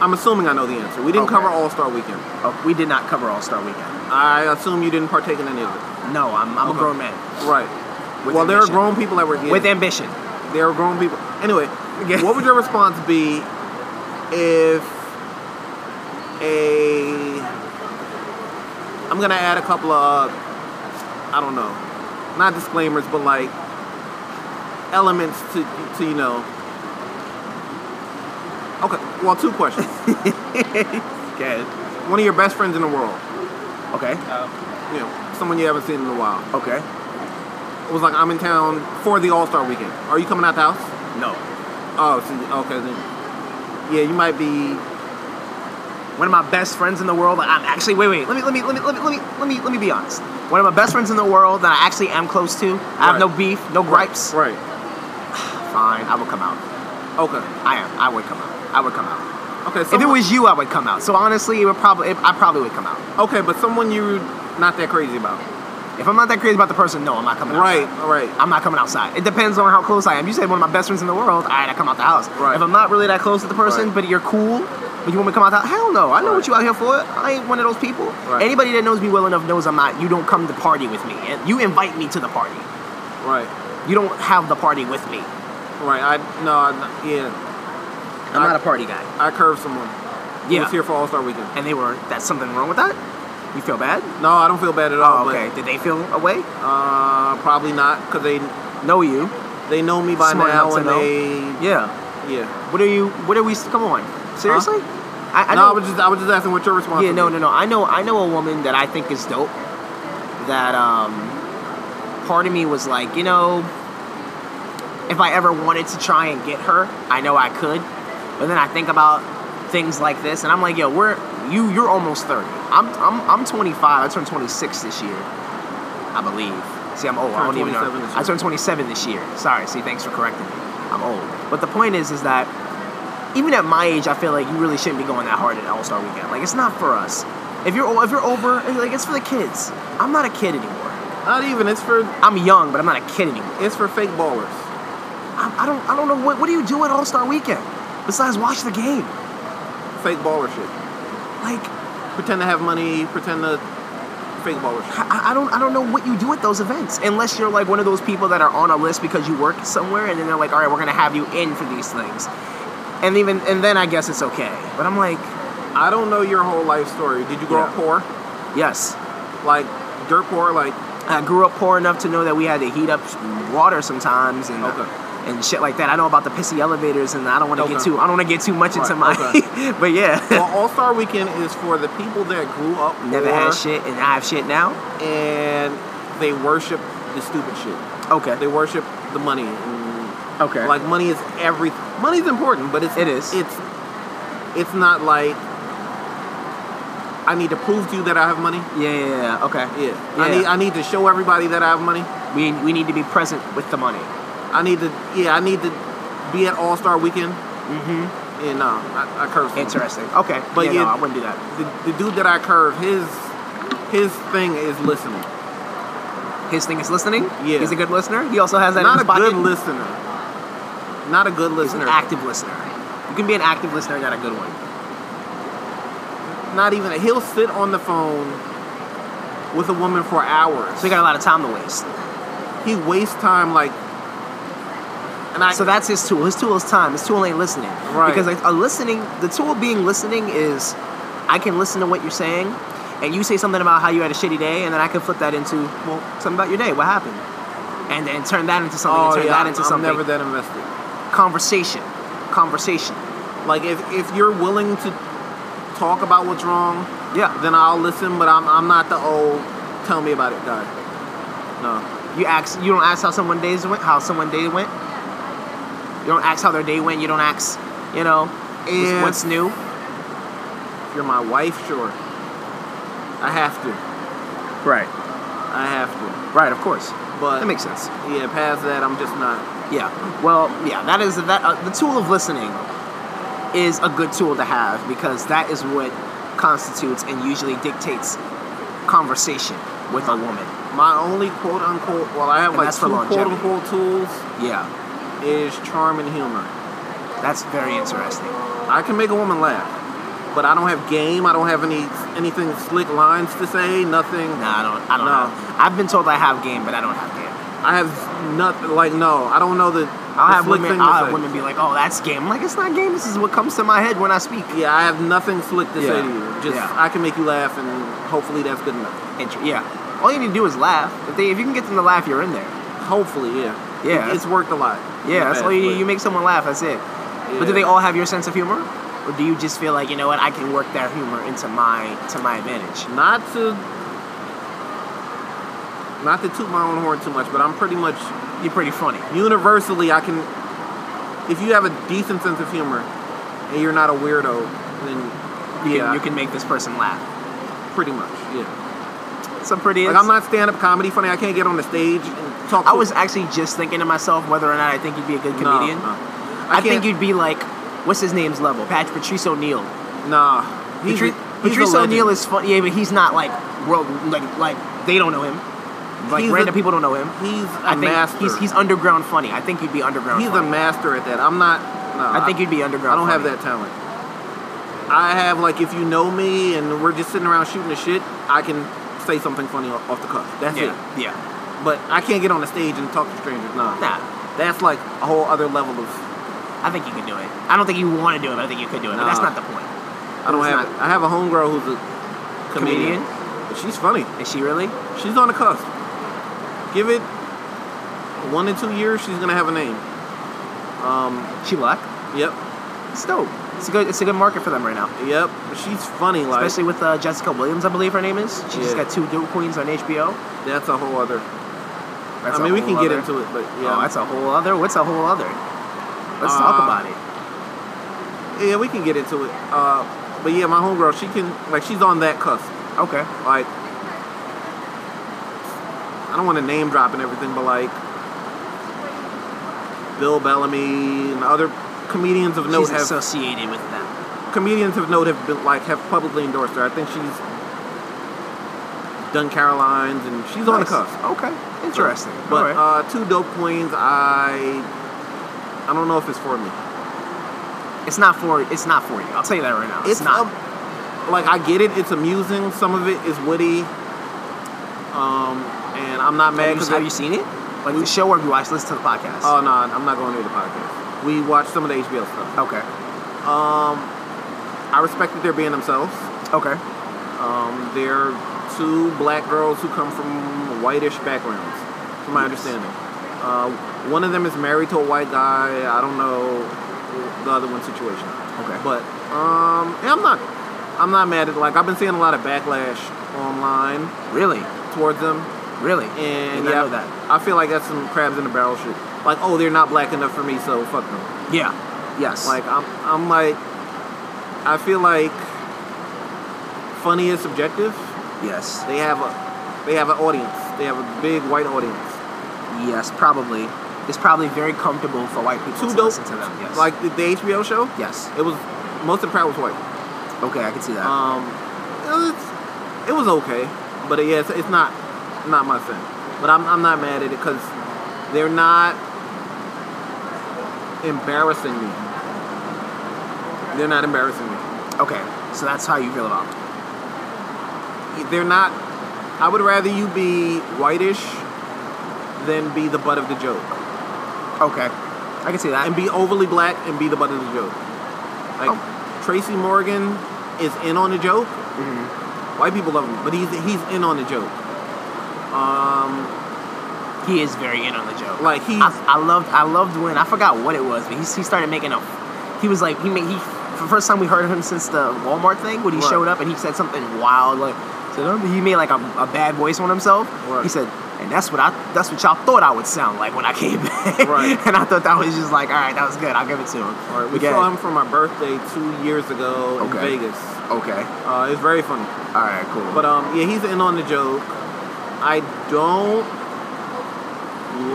S4: I'm assuming I know the answer. We didn't
S5: Okay.
S4: cover All Star Weekend.
S5: Oh, we did not cover All Star Weekend.
S4: I assume you didn't partake in any of it.
S5: No, I'm, I'm
S4: Okay.
S5: a grown man
S4: Right.
S5: With
S4: well, there are
S5: ambition.
S4: grown people that were here.
S5: with ambition.
S4: there are grown people. Anyway,
S5: Yeah.
S4: what would your response be if a? I'm gonna add a couple of, I don't know, not disclaimers, but like elements to to you know. Okay, well,
S5: *laughs*
S4: two questions.
S5: Okay.
S4: One of your best friends in the world,
S5: Okay.
S4: you know, someone you haven't seen in a while.
S5: Okay.
S4: It was like, I'm in town for the All Star weekend. Are you coming out the house?
S5: No.
S4: Oh, see, okay then. Yeah, you might be
S5: One of my best friends in the world that I'm actually wait wait let me let me let me let me let me let me let me be honest. One of my best friends in the world that I actually am close to. I have
S4: Right.
S5: no beef, no gripes.
S4: right.
S5: Fine, I will come out.
S4: Okay.
S5: I am. I would come out. I would come out.
S4: Okay.
S5: If it
S4: someone-
S5: was you, I would come out. So honestly, it would probably it, I probably would come out.
S4: okay, but someone you're not that crazy about.
S5: If I'm not that crazy about the person, no, I'm not coming out.
S4: Right. All right.
S5: I'm not coming outside. It depends on how close I am. You say one of my best friends in the world, all right, I come out the house.
S4: Right.
S5: If I'm not really that close to the person,
S4: Right.
S5: but you're cool, but you want me to come out the house, hell no. I know what you out here for. I ain't one of those people.
S4: Right.
S5: Anybody that knows me well enough knows I'm not. You don't come to party with me. And You invite me to the party.
S4: Right.
S5: You don't have the party with me.
S4: Right. I no. I, yeah.
S5: I'm not a party guy.
S4: I curved someone. who
S5: Yeah.
S4: Was here for All Star Weekend.
S5: And they were, that's something wrong with that? You feel bad?
S4: No, I don't feel bad at all.
S5: Oh, okay. Did they feel away?
S4: But, uh, probably not because they
S5: Know you.
S4: they know me by
S5: Smart
S4: now
S5: enough to
S4: and
S5: know.
S4: they
S5: Yeah.
S4: yeah.
S5: What are you? What are we? Come on, seriously? I, I
S4: no, I
S5: know-
S4: was just I was just asking what your response.
S5: Yeah,
S4: would
S5: no,
S4: be.
S5: no, no. I know, I know a woman that I think is dope. That um, part of me was like, you know, if I ever wanted to try and get her, I know I could. But then I think about things like this, and I'm like, yo, we're you, you're almost thirty. I'm, I'm, I'm 25. I turned 26 this year, I believe. See, I'm old. I
S4: Turned
S5: don't even know.
S4: 27 this
S5: I turned 27 this year. Sorry. See, thanks for correcting me. I'm old. But the point is, is that even at my age, I feel like you really shouldn't be going that hard at All Star Weekend. Like it's not for us. If you're o- if you're over, like it's for the kids. I'm not a kid anymore.
S4: Not even. It's for
S5: I'm young, but I'm not a kid anymore.
S4: it's for fake ballers.
S5: I, I don't I don't know what what do you do at All Star Weekend besides watch the game?
S4: Fake baller shit.
S5: Like
S4: Pretend to have money. Pretend to fake baller shit.
S5: I, I don't I don't know what you do at those events unless you're like one of those people that are on a list because you work somewhere and then they're like, all right, we're gonna have you in for these things, and even and then I guess it's okay. But I'm like,
S4: I don't know your whole life story. Did you grow
S5: Yeah.
S4: up poor?
S5: yes,
S4: Like dirt poor?
S5: *laughs*
S4: Like
S5: I grew up poor enough to know that we had to heat up water sometimes and
S4: Okay.
S5: and shit like that. I know about the pissy elevators, and I don't want to get
S4: Okay.
S5: too I don't want to get too much into my.
S4: Right, okay.
S5: *laughs* but yeah,
S4: well, All Star Weekend is for the people that grew up
S5: *laughs* never
S4: poor
S5: had shit, and I have shit now.
S4: and they worship the stupid shit.
S5: Okay.
S4: They worship the money. and,
S5: Okay.
S4: Like money is everything. Money's important, but it's
S5: It is.
S4: It's it's not like I need to prove to you that I have money.
S5: yeah, yeah, yeah. Okay.
S4: Yeah. I need I need to show everybody that I have money.
S5: we we need to be present with the money.
S4: I need to yeah, I need to be at All Star Weekend. Mm-hmm. And uh, I, I curve. some.
S5: Interesting. Okay.
S4: But
S5: yeah,
S4: you-
S5: no, I wouldn't do that.
S4: The, the dude that I curve, his his thing is listening.
S5: His thing is listening.
S4: Yeah.
S5: He's a good listener. He also has that. in
S4: Not
S5: his
S4: a good
S5: pocket.
S4: listener. Not a good
S5: He's an
S4: listener.
S5: active listener. You can be an active listener, and not a good one.
S4: Not even. A, he'll sit on the phone with a woman for hours.
S5: So you got a lot of time to waste.
S4: he wastes time like. And I
S5: So that's his tool. His tool is time. His tool ain't listening.
S4: Right.
S5: Because like a listening, the tool being listening is, I can listen to what you're saying, and you say something about how you had a shitty day, and then I can flip that into well, something about your day. What happened? And then turn that into something. and
S4: oh
S5: turn
S4: yeah,
S5: that
S4: I'm,
S5: into
S4: I'm
S5: something.
S4: never that invested.
S5: Conversation. Conversation.
S4: Like if if you're willing to talk about what's wrong,
S5: Yeah.
S4: then I'll listen. But I'm I'm not the old tell me about it guy. No,
S5: You ask. You don't ask how someone days went. How someone day went. You don't ask how their day went. You don't ask. You know. what's-
S4: If-
S5: What's new?
S4: if you're my wife, sure. I have to.
S5: Right.
S4: I have
S5: Right. Of course.
S4: to. But
S5: That makes sense.
S4: Yeah, past that, I'm just not.
S5: Yeah. Well, yeah. That is that uh, the tool of listening is a good tool to have because that is what constitutes and usually dictates conversation with a woman.
S4: My only quote unquote, well, I have
S5: And
S4: like
S5: that's
S4: two
S5: for
S4: quote
S5: longevity.
S4: unquote tools
S5: Yeah.
S4: is charm and humor.
S5: That's very interesting.
S4: I can make a woman laugh, but I don't have game. I don't have any anything slick lines to say. Nothing.
S5: No, I don't. I don't
S4: No.
S5: know. I've been told I have game, but I don't have game.
S4: I have nothing. Like no, I don't know the.
S5: I'll
S4: the
S5: have
S4: slick
S5: women.
S4: thing to
S5: I'll have
S4: say.
S5: women be like, "Oh, that's game." I'm like, "It's not game. This is what comes to my head when I speak."
S4: Yeah, I have nothing slick to say
S5: Yeah.
S4: to you. Just
S5: Yeah.
S4: I can make you laugh, and hopefully that's good enough.
S5: Inter- yeah. All you need to do is laugh. If they, if you can get them to laugh, you're in there.
S4: Hopefully, yeah.
S5: Yeah.
S4: It- it's worked a lot.
S5: Yeah, that's all you,
S4: But-
S5: you make someone laugh. That's it. But do
S4: Yeah.
S5: they all have your sense of humor, or do you just feel like you know what I can work that humor into my to my advantage?
S4: Not to. Not to toot my own horn too much, but I'm pretty much
S5: You're pretty funny.
S4: universally I can. If you have a decent sense of humor, and you're not a weirdo, then
S5: You,
S4: yeah,
S5: can, you can make this person laugh.
S4: Pretty much, yeah.
S5: So pretty.
S4: Like I'm not stand-up comedy funny. I can't get on the stage and talk.
S5: I
S4: to-
S5: was actually just thinking to myself whether or not I think you'd be a good
S4: No,
S5: comedian.
S4: no.
S5: I, think
S4: can't-
S5: you'd be like, what's his name's level? Pat Patrice O'Neill.
S4: Nah, he's,
S5: Patri-
S4: he's
S5: Patrice
S4: a legend.
S5: O'Neill is funny, yeah, but he's not like world like like they don't know him. Like
S4: He's a-
S5: random people don't know him.
S4: He's a
S5: I think
S4: master.
S5: he's he's underground funny. I think you'd be underground.
S4: He's a
S5: funny.
S4: master at that. I'm not. Nah,
S5: I think you'd be
S4: I
S5: underground.
S4: don't have
S5: funny.
S4: that talent. I have like if you know me and we're just sitting around shooting the shit, I can say something funny off, off the cuff. That's it.
S5: Yeah, yeah.
S4: But I can't get on the stage and talk to strangers. Nah.
S5: Nah,
S4: That's like a whole other level of.
S5: I think you can do it. I don't think you want to do it, but I think you could do it. But that's
S4: Nah.
S5: not the point.
S4: I don't
S5: It's
S4: have.
S5: not-
S4: I have a homegirl who's a comedian.
S5: Comedian?
S4: But she's funny.
S5: Is she really?
S4: She's on the cusp. Give it one to two years, she's gonna have a name.
S5: She luck?
S4: Yep.
S5: It's dope. It's a good. It's a good market for them right now.
S4: Yep, she's funny. Like
S5: Especially with uh, Jessica Williams, I believe her name is. She just
S4: Yeah.
S5: got two dope queens on HBO.
S4: that's a whole other.
S5: That's
S4: I
S5: a
S4: mean, we
S5: whole
S4: can get
S5: other-
S4: into it, but yeah,
S5: Oh, that's a whole other. What's a whole other? Let's talk
S4: Uh,
S5: about it.
S4: yeah, we can get into it. Uh, but yeah, my homegirl, she can like she's on that cusp.
S5: Okay.
S4: Like, I don't want to name drop and everything, but like Bill Bellamy and other comedians of note
S5: She's
S4: have
S5: associated with them.
S4: comedians of note have been like have publicly endorsed her. I think she's done Caroline's and she's on the
S5: Nice.
S4: cusp.
S5: Okay. Interesting. All
S4: But
S5: right.
S4: uh, two dope queens, I I don't know if it's for me.
S5: it's not for. It's not for you. I'll tell you that right now. It's, not.
S4: a- like I get it. It's amusing. Some of it is witty. Um, and I'm not mad
S5: have, you,
S4: because
S5: have you seen it? Uh, Like the show, or have you watched? Listen to the podcast.
S4: Oh no, I'm not going near the podcast. We watched some of the HBO stuff.
S5: okay.
S4: I respect that they're being themselves.
S5: Okay.
S4: Um, they're two black girls who come from whitish backgrounds, from my understanding. Uh, one of them is married to a white guy. I don't know the other one's situation.
S5: Okay.
S4: But um, and I'm not, I'm not mad at like I've been seeing a lot of backlash online
S5: Really,
S4: towards them,
S5: really.
S4: and
S5: Did not
S4: yeah,
S5: know that.
S4: I feel like that's some crabs in the barrel shit. Like, oh, they're not black enough for me, so fuck them.
S5: Yeah. Yes.
S4: Like I'm, I'm like, I feel like funny is subjective.
S5: yes.
S4: They have a, they have an audience. They have a big white audience.
S5: Yes, probably. It's probably very comfortable for white people
S4: Two
S5: to
S4: dope,
S5: listen to them. Yes.
S4: like the, the HBO show.
S5: yes.
S4: It was most of the crowd was white.
S5: Okay, I can see that.
S4: Um, it was, it was okay, but uh, yeah, it's, it's not, not my thing. But I'm, I'm not mad at it because they're not embarrassing me. They're not embarrassing me.
S5: okay, so that's how you feel about it.
S4: they're not. I would rather you be whitish than be the butt of the joke,
S5: Okay, I can see that.
S4: and be overly black and be the butt of the joke. Like
S5: Oh.
S4: Tracy Morgan is in on the joke.
S5: Mm-hmm.
S4: White people love him, but he's he's in on the joke.
S5: he is very in on the joke.
S4: Like he's
S5: I, I loved, I loved when I forgot what it was, but he, he started making a. He was like, he made he for the first time we heard of him since the Walmart thing when he
S4: Right.
S5: showed up and he said something wild like, said, "Oh," he made like a, a bad voice on himself.
S4: Right.
S5: He said. And that's what I that's what y'all thought I would sound like when I came back.
S4: Right.
S5: *laughs* and I thought that was just like, all right, that was good. I'll give it to him.
S4: all right, we
S5: Yeah.
S4: saw him for my birthday two years ago
S5: Okay.
S4: in Vegas.
S5: Okay.
S4: Uh, it's very funny.
S5: All right. Cool.
S4: But um, yeah, he's in on the joke. I don't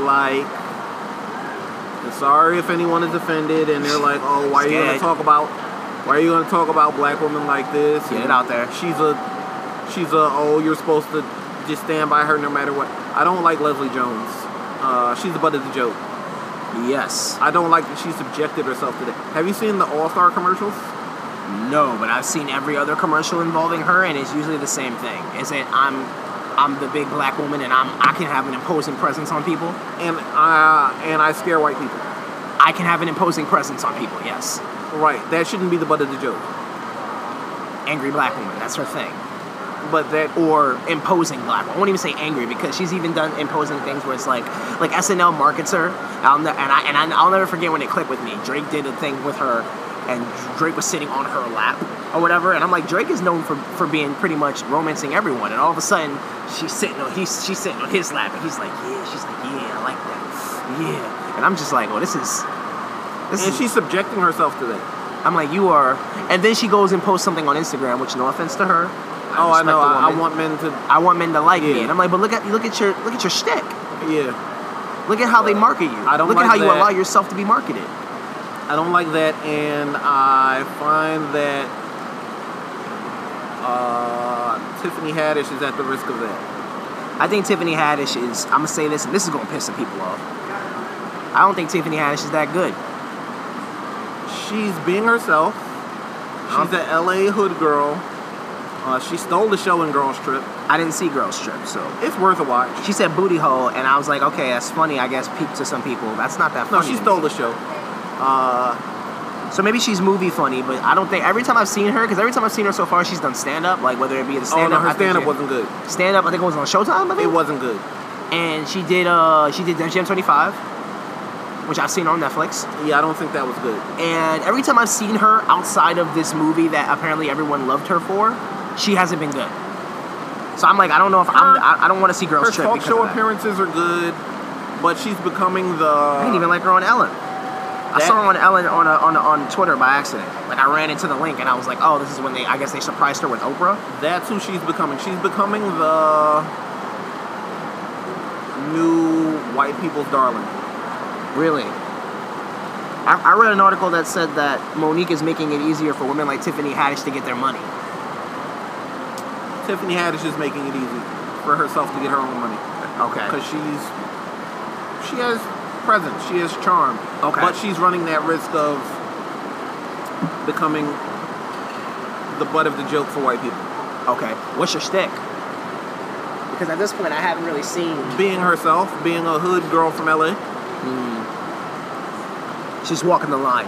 S4: like. and Sorry if anyone is offended and they're like, "Oh, why are you going to
S5: Scared.
S4: talk about? Why are you going to talk about black women like this?"
S5: Get it
S4: And
S5: out there.
S4: She's a, she's a. Oh, you're supposed to just stand by her no matter what. I don't like Leslie Jones. Uh, she's the butt of the joke.
S5: Yes.
S4: I don't like that she subjected herself to that. Have you seen the All Star commercials?
S5: No, but I've seen every other commercial involving her, and it's usually the same thing. Is that I'm, I'm the big black woman, and I'm I can have an imposing presence on people.
S4: And uh, and I scare white people.
S5: I can have an imposing presence on people. Yes.
S4: Right. That shouldn't be the butt of the joke.
S5: Angry black woman. That's her thing.
S4: But that
S5: Or imposing black. I won't even say angry because she's even done imposing things where it's like, like SNL markets her. I'll ne- and I and I, I'll never forget when it clicked with me. Drake did a thing with her, and Drake was sitting on her lap or whatever. And I'm like, Drake is known for, for being pretty much romancing everyone. And all of a sudden, she's sitting on he's she's sitting on his lap, and he's like, yeah. She's like, yeah, I like that. Yeah. And I'm just like, oh, this is. This
S4: and
S5: is,
S4: she's subjecting herself to that.
S5: I'm like, you are. And then she goes and posts something on Instagram, which no offense to her.
S4: Oh, I
S5: respect
S4: know.
S5: the
S4: I, I
S5: woman.
S4: want men to.
S5: I want men to like me,
S4: Yeah.
S5: and I'm like, but look at look at your look at your shtick.
S4: Yeah,
S5: Look at how they market you.
S4: I don't
S5: look
S4: like
S5: at how you
S4: that.
S5: allow yourself to be marketed.
S4: I don't like that, and I find that uh, Tiffany Haddish is at the risk of that.
S5: I think Tiffany Haddish is. I'm gonna say this, and this is gonna piss some people off. I don't think Tiffany Haddish is that good.
S4: She's being herself. She's a LA hood girl. Uh, she stole the show in Girls Trip.
S5: I didn't see Girls Trip, so
S4: It's worth a watch.
S5: she said booty hole, and I was like, okay, that's funny. I guess peep to some people. That's not that
S4: No,
S5: funny.
S4: Oh, she
S5: to me.
S4: stole the show.
S5: So maybe she's movie funny, but I don't think every time I've seen her, because every time I've seen her so far, she's done stand up, like whether it be the
S4: Oh
S5: stand
S4: no,
S5: up.
S4: her stand up wasn't good.
S5: stand up. I think it was on Showtime. I think
S4: It wasn't good.
S5: and she did uh she did Def Jam 25 which I've seen on Netflix.
S4: Yeah, I don't think that was good.
S5: And every time I've seen her outside of this movie that apparently everyone loved her for, she hasn't been good. So I'm like, I don't know if I'm. I, I don't want to see girls
S4: Her
S5: trip
S4: talk
S5: because
S4: show
S5: of that.
S4: appearances are good, but she's becoming the.
S5: I didn't even like her on Ellen. I
S4: That-
S5: saw her on Ellen on a, on a, on Twitter by accident. Like I ran into the link and I was like, oh, this is when they. I guess they surprised her with Oprah.
S4: That's who she's becoming. She's becoming the new white people's darling.
S5: Really. I, I read an article that said that Monique is making it easier for women like Tiffany Haddish to get their money.
S4: Tiffany Haddish is making it easy for herself to get her own money
S5: Okay.
S4: because she's she has presence, she has charm,
S5: Okay.
S4: but she's running that risk of becoming the butt of the joke for white people,
S5: Okay. What's your stick? Because at this point, I haven't really seen.
S4: being herself, being a hood girl from LA.
S5: Hmm. She's walking the line.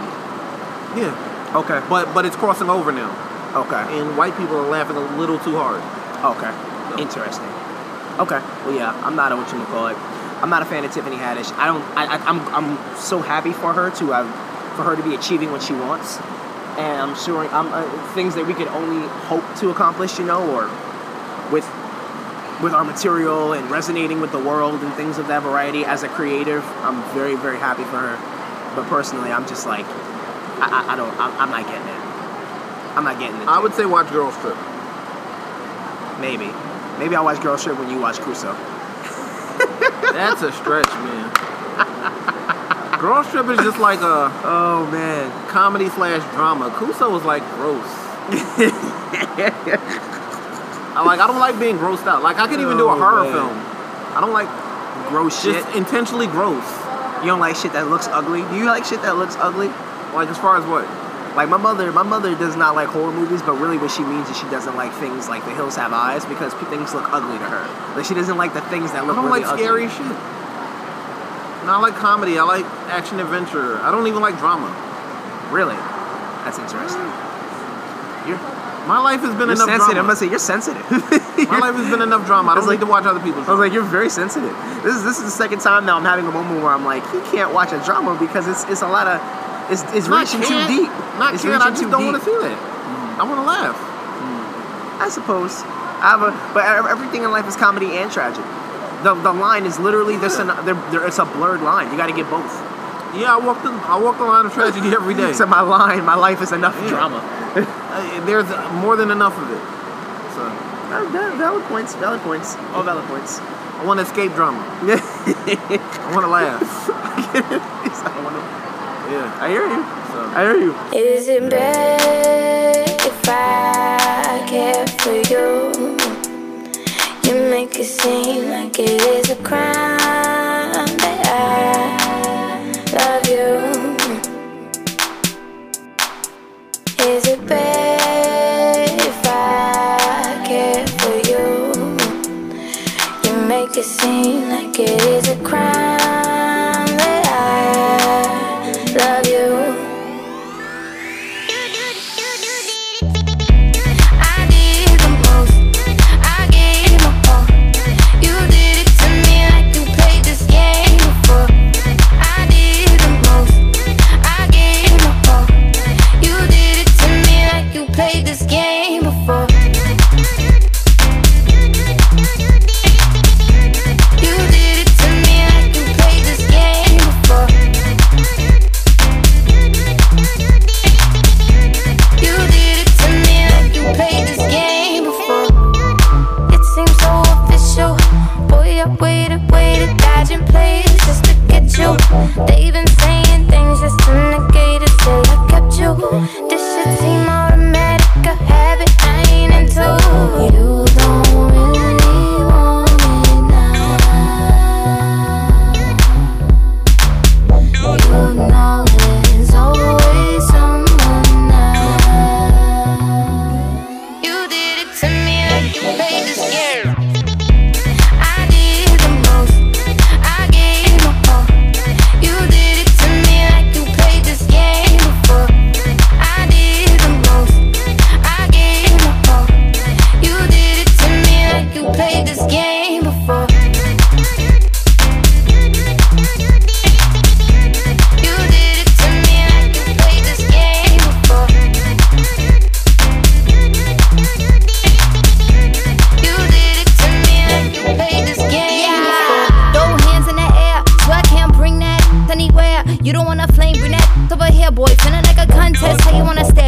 S4: Yeah,
S5: Okay.
S4: but but it's crossing over now,
S5: Okay.
S4: and white people are laughing a little too hard.
S5: Okay. Interesting. Okay. Well, yeah, I'm not a what you call it. I'm not a fan of Tiffany Haddish. I don't. I, I, I'm. I'm so happy for her to have, for her to be achieving what she wants, and I'm sure I'm uh, things that we could only hope to accomplish, you know, or with with our material and resonating with the world and things of that variety. As a creative, I'm very very happy for her, but personally, I'm just like, I, I, I don't. I'm, I'm not getting it. I'm not getting it.
S4: I would say watch Girls Trip.
S5: Maybe. Maybe I'll watch Girl Trip when you watch Crusoe.
S4: That's a stretch,
S5: *laughs*
S4: man. Girl Trip is just like a
S5: Oh man.
S4: comedy slash drama. Kuso was like
S5: *laughs*
S4: gross. I like I don't like being grossed out. Like I could even do a
S5: Oh,
S4: horror
S5: man.
S4: film. I don't like
S5: Gross shit.
S4: just intentionally gross.
S5: you don't like shit that looks ugly? Do you like shit that looks ugly?
S4: Like as far as what?
S5: Like my mother, my mother does not like horror movies, but really what she means is she doesn't like things like The Hills Have Eyes because p- things look ugly to her. Like she doesn't like the things that
S4: I
S5: look
S4: don't
S5: really
S4: like
S5: ugly.
S4: scary shit. And I like comedy. I like action adventure. I don't even like drama.
S5: Really? That's interesting. You're,
S4: My life has been
S5: you're
S4: Mm. enough
S5: sensitive. I'm
S4: drama.
S5: gonna say you're sensitive.
S4: My
S5: *laughs*
S4: life has been enough drama. I
S5: It's
S4: don't
S5: like-
S4: need to watch other people's.
S5: I was like, you're very sensitive. This is this is the second time now I'm having a moment where I'm like, he can't watch a drama because it's it's a lot of it's it's
S4: Not
S5: reaching
S4: can't.
S5: too deep.
S4: Not
S5: it's
S4: caring.
S5: reaching
S4: I just
S5: too deep. Mm.
S4: don't want to see that. I want to laugh.
S5: I suppose. I have a, but ev- everything in life is comedy and tragic. The, the line is literally there's an, there, there, it's a blurred line. You got to get both.
S4: Yeah, I walk the I walk the line of tragedy every day.
S5: So my line, my life is enough
S4: Yeah.
S5: drama.
S4: Uh, there's more than enough of it. So
S5: Uh, val- Valid points. Valid points. All valid *laughs* points.
S4: I want to escape drama. I want to laugh.
S5: I wanna-
S4: Yeah.
S5: I hear you.
S4: So
S5: I hear you.
S10: Is it bad if I care for you? You make it seem like it is a crime that I love you. Is it bad if I care for you? You make it seem like it is a crime that I love you. I did the most. I gave my all. You did it to me like you played this game before. I did the most. I gave my all. You did it to me like you played this game before. You did it to me like you played this game before. You did it to me like you played this game before. It seems so official. Boy, I waited, waited, dodging plays just to get you. They've been saying things just to negate it till I kept you. This should seem automatic, a habit I ain't into. You don't really want it now. You know there's always someone now. You did it to me like you played this game. I did the most.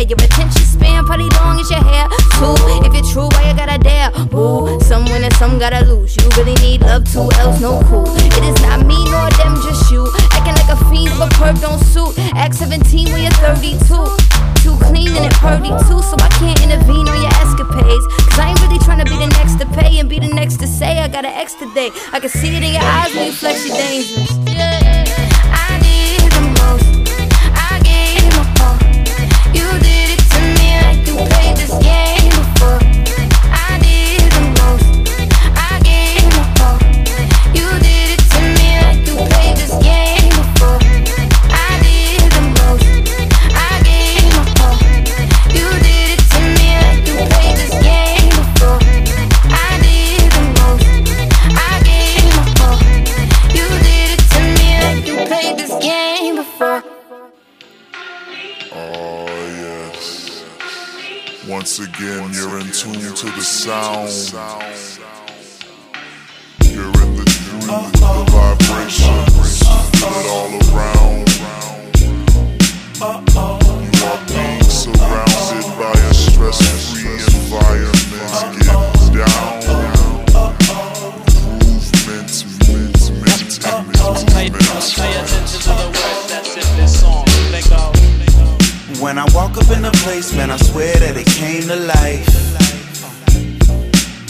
S11: Your attention span pretty long as your hair. Two, if you're true, why you gotta dare? Woo, some win and some gotta lose. You really need love, two else no cool. It is not me nor them, just you. Acting like a fiend, but perp don't suit. Act 17 when you're 32. Too clean and it purdy too, so I can't intervene on your escapades. Cause I ain't really tryna be the next to pay and be the next to say I got an extra day. I can see it in your eyes when you flex your dangerous. I need the most. I gave my all. You did it to me like you played this game before. I did the most. I gave my all. You did it to me like you played this game before. I did the most. I gave my all. You did it to me like you played this game before. I did the most. I gave my all. You did it to me like you played this game before.
S12: Oh, yes. Once again, you're in tune to the sound. You're in the, you're in the, the vibrations. You feel it all around. You are being surrounded by a stress free environment. Get down. Movement, movement, movement,
S13: When I walk up in the place, man, I swear that it came to life.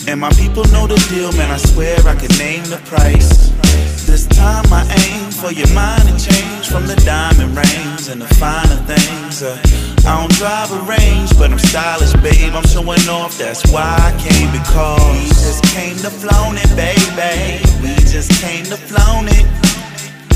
S13: And my people know the deal, man, I swear I can name the price. This time I aim for your mind to change from the diamond rings and the finer things. Uh, I don't drive a range, but I'm stylish, babe. I'm showing off, that's why I came because we just came to flaunt it, baby. We just came to flaunt it.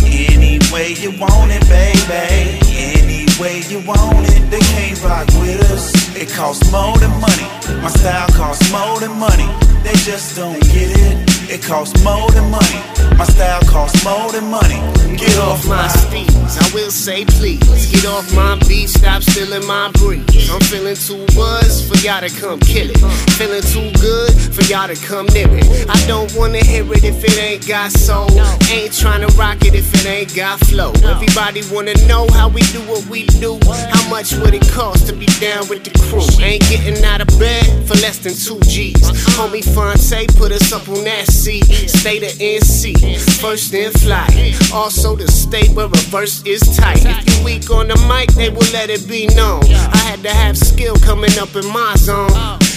S13: Any way you want it, baby. Any way you want it, they can't rock with us. It costs more than money. My style costs more than money. They just don't get it. It costs more than money. My style costs more than money. Get off my
S14: steeds. I will say please. Get off my beat. Stop stealing my breeze. I'm feeling too buzzed for y'all to come kill it. Feeling too good for y'all to come near it. I don't wanna hear it if it ain't got soul. Ain't tryna rock it if it ain't got flow. Everybody wanna know how we do what we do. How much would it cost to be down with the crew? Ain't getting out of bed for less than two G's. Homie Fonte put us up on that seat. State of NC, first in flight. Also the state where reverse is tight. If you weak on the mic, they will let it be known. I had to have skill coming up in my zone.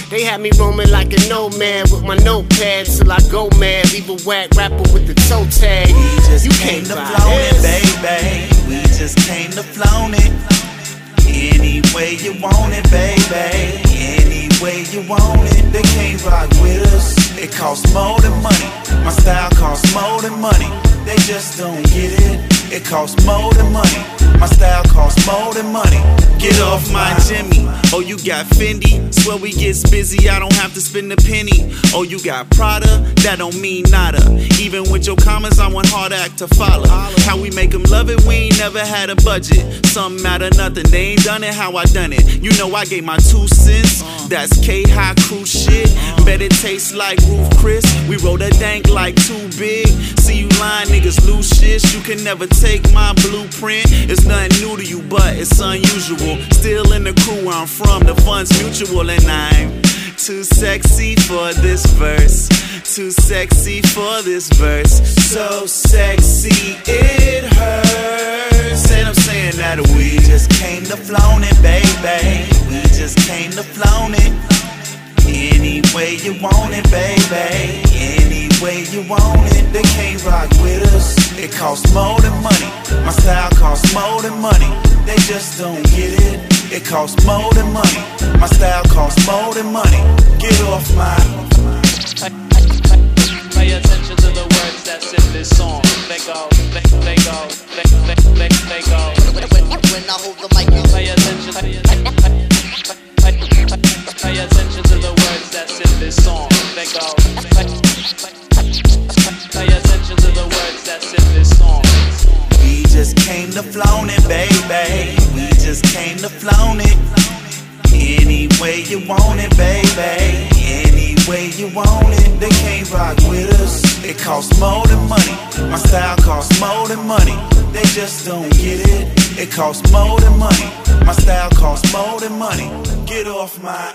S14: They had me roaming like a nomad with my notepad till I go mad. Leave a whack rapper with the toe tag. You
S13: came
S14: can't
S13: to
S14: buy
S13: flaunt it,
S14: this.
S13: baby. We just came to flaunt it. Any way you want it, baby. Any way you want it, they can't rock with us. It costs more than money. My style costs more than money. They just don't get it. It costs more than money. My style costs more than money.
S15: Get off my Jimmy. Oh, you got Fendi. Swear we gets busy, I don't have to spend a penny. Oh, you got Prada. That don't mean nada. Even with your comments, I want hard act to follow. How we make 'em love it, we ain't never had a budget. Some matter nothing, they ain't done it how I done it. You know I gave my two cents. That's K high crew shit. Bet it tastes like Roof Chris. We roll the dank like too big. See you lying, niggas lose shit. You can never take my blueprint. It's nothing new to you, but it's unusual. Still in the crew where I'm from, the fun's mutual, and I'm too sexy for this verse. Too sexy for this verse. So sexy, it hurts.
S13: Said I'm saying that we just came to flaunt it, baby. We just came to flaunt it. Any way you want it, baby. Any way you want it, they can't rock with us. It costs more than money. My style costs more than money. They just don't get it. It costs more than money. My style costs more than money. Get off my.
S16: *laughs* Pay attention to the words that's in this song. They go, they, they go, they, they, they, they go. When I hold the mic, pay attention. Pay, pay, pay, pay attention to the words that's in this song. They go. Pay, pay attention to the words that's in this song.
S13: We just came to flaunt it, baby. We just came to flaunt it. Any way you want it, baby. Any way you want it, they can't rock with us. It costs more than money. My style costs more than money. They just don't get it. It costs more than money. My style costs more than money. Get off my.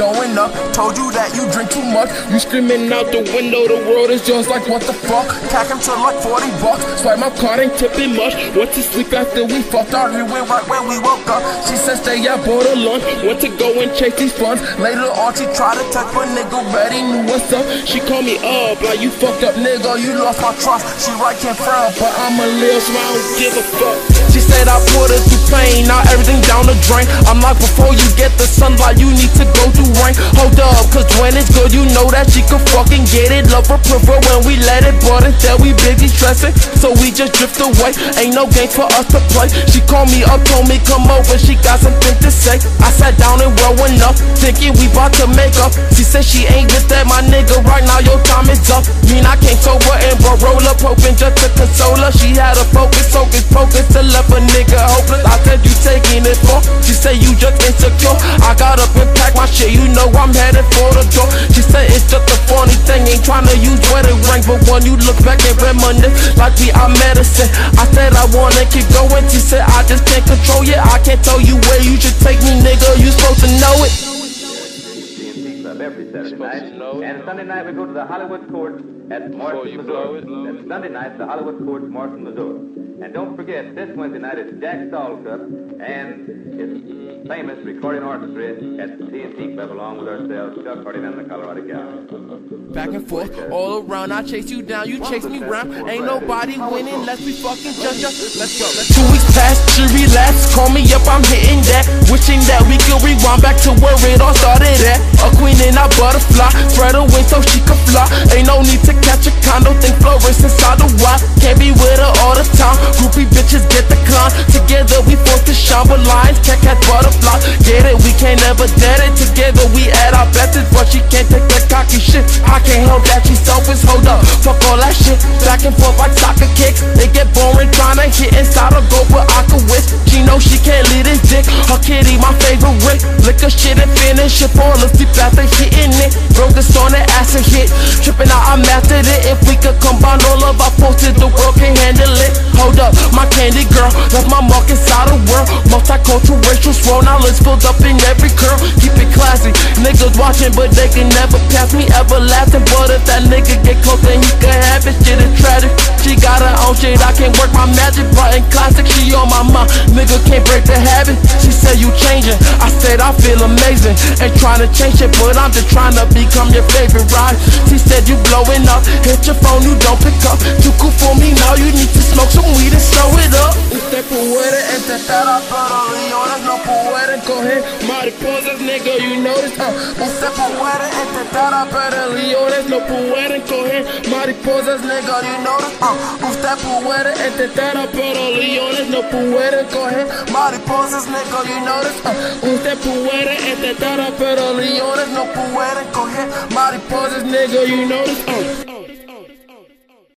S17: Throwing up, told you that you drink too much. You screaming out the window, the world is yours like what the fuck? Pack him to like 40 bucks. Swipe my card, ain't tipping much. Went to sleep after we fucked out, we went right when we woke up. She said stay out, bought a lunch. Went to go and chase these funds. Later on, she tried to touch my nigga, ready knew what's up. She called me up, like you fucked up nigga, you lost my trust. She right can't frown, but I'ma live, so I don't give a fuck. She said I put her through pain, now everything down the drain. I'm like before you get the sunlight, you need to go through rain. Hold up, cause when it's good, you know that she can fucking get it. Love her prefer when we let it, but instead we busy stressing. So we just drift away. Ain't no games for us to play. She called me up, told me come over, she got something to say. I sat down and well enough, thinking we bout to make up. She said she ain't with that, my nigga, right now your time is up. Mean I can't sober and but roll up, hoping just to console her. She had a focus, focus, focus to love a nigga hopeless. I said you taking it for. She said you just insecure. I got up and packed my shit, you know I'm headed for the door. She said it's just a funny thing, ain't trying to use wedding ring, but when you look back and reminisce, like we are medicine. I said I wanna keep going. She said I just can't control it. I can't tell you where you should take me, nigga. You supposed to know it.
S18: Club every Saturday night. And Sunday night we go to the Hollywood Court at Morton, Missouri. That's Sunday night, the Hollywood Court, Morton, Missouri. And don't forget, this Wednesday night is Jack Stahl Cup, and it's famous recording orchestra at TNT Club along with ourselves, Chuck Hardin and the Colorado Cowboys.
S17: Back and forth, all around. I chase you down, you chase me round. Ain't nobody winning unless we fucking judge us. Let's go. Two weeks past, she relaxed. Call me up, I'm hitting that. Wishing that we could rewind back to where it all started at. A queen and a butterfly. Spread her wings so she can fly. Ain't no need to catch a condo. Think florist inside the wild. Can't be with her all the time. Groupie bitches get the climb. Together we force to shine. But lions can't catch butterfly. Get it, we can't never dead it. Together we at our bestest. But she can't take that cocky shit. I can't help that she's selfish. Hold up, fuck all that shit. Back and forth like soccer kicks. It get boring trying to hit inside a goal, but I could wish. She know she can't lead this dick. Her kitty, my favorite. Lick her shit and finish it. Fall asleep after hitting it. Broke this on the ass and hit. Tripping out, I mastered it. If we could combine all of our forces, the world can handle it. Hold up, my candy girl. Left my mark inside the world. Multicultural, racial swirl. Knowledge filled up in every curl. Keep it classy. Niggas watching, but they can never pass me everlasting. But if that nigga get close, then he could have it. Shit is tragic. She got her own shit. I can't work my magic. Brighton classic. She on my mind. Nigga can't break the habit. She said you changing. I said I feel amazing. Ain't trying to change it, but I'm just trying to become your favorite ride. She said you blowing up. Hit your phone, you don't pick up. Too cool for me now. You need to smoke some weed and show it up. Usted puede empezar a parar y ahora no pueden coger mariposas, nigga. You know this. Uh. Usted puede empezar a parar y ahora no pueden coger mariposas, nigga. You know this. Uh. Usted puede empezar a parar y ahora no pueden coger mariposas, nigga. You know this. Uh. Usted puede empezar a parar y ahora no pueden coger mariposas, nigga. You know this. Uh.
S16: mm,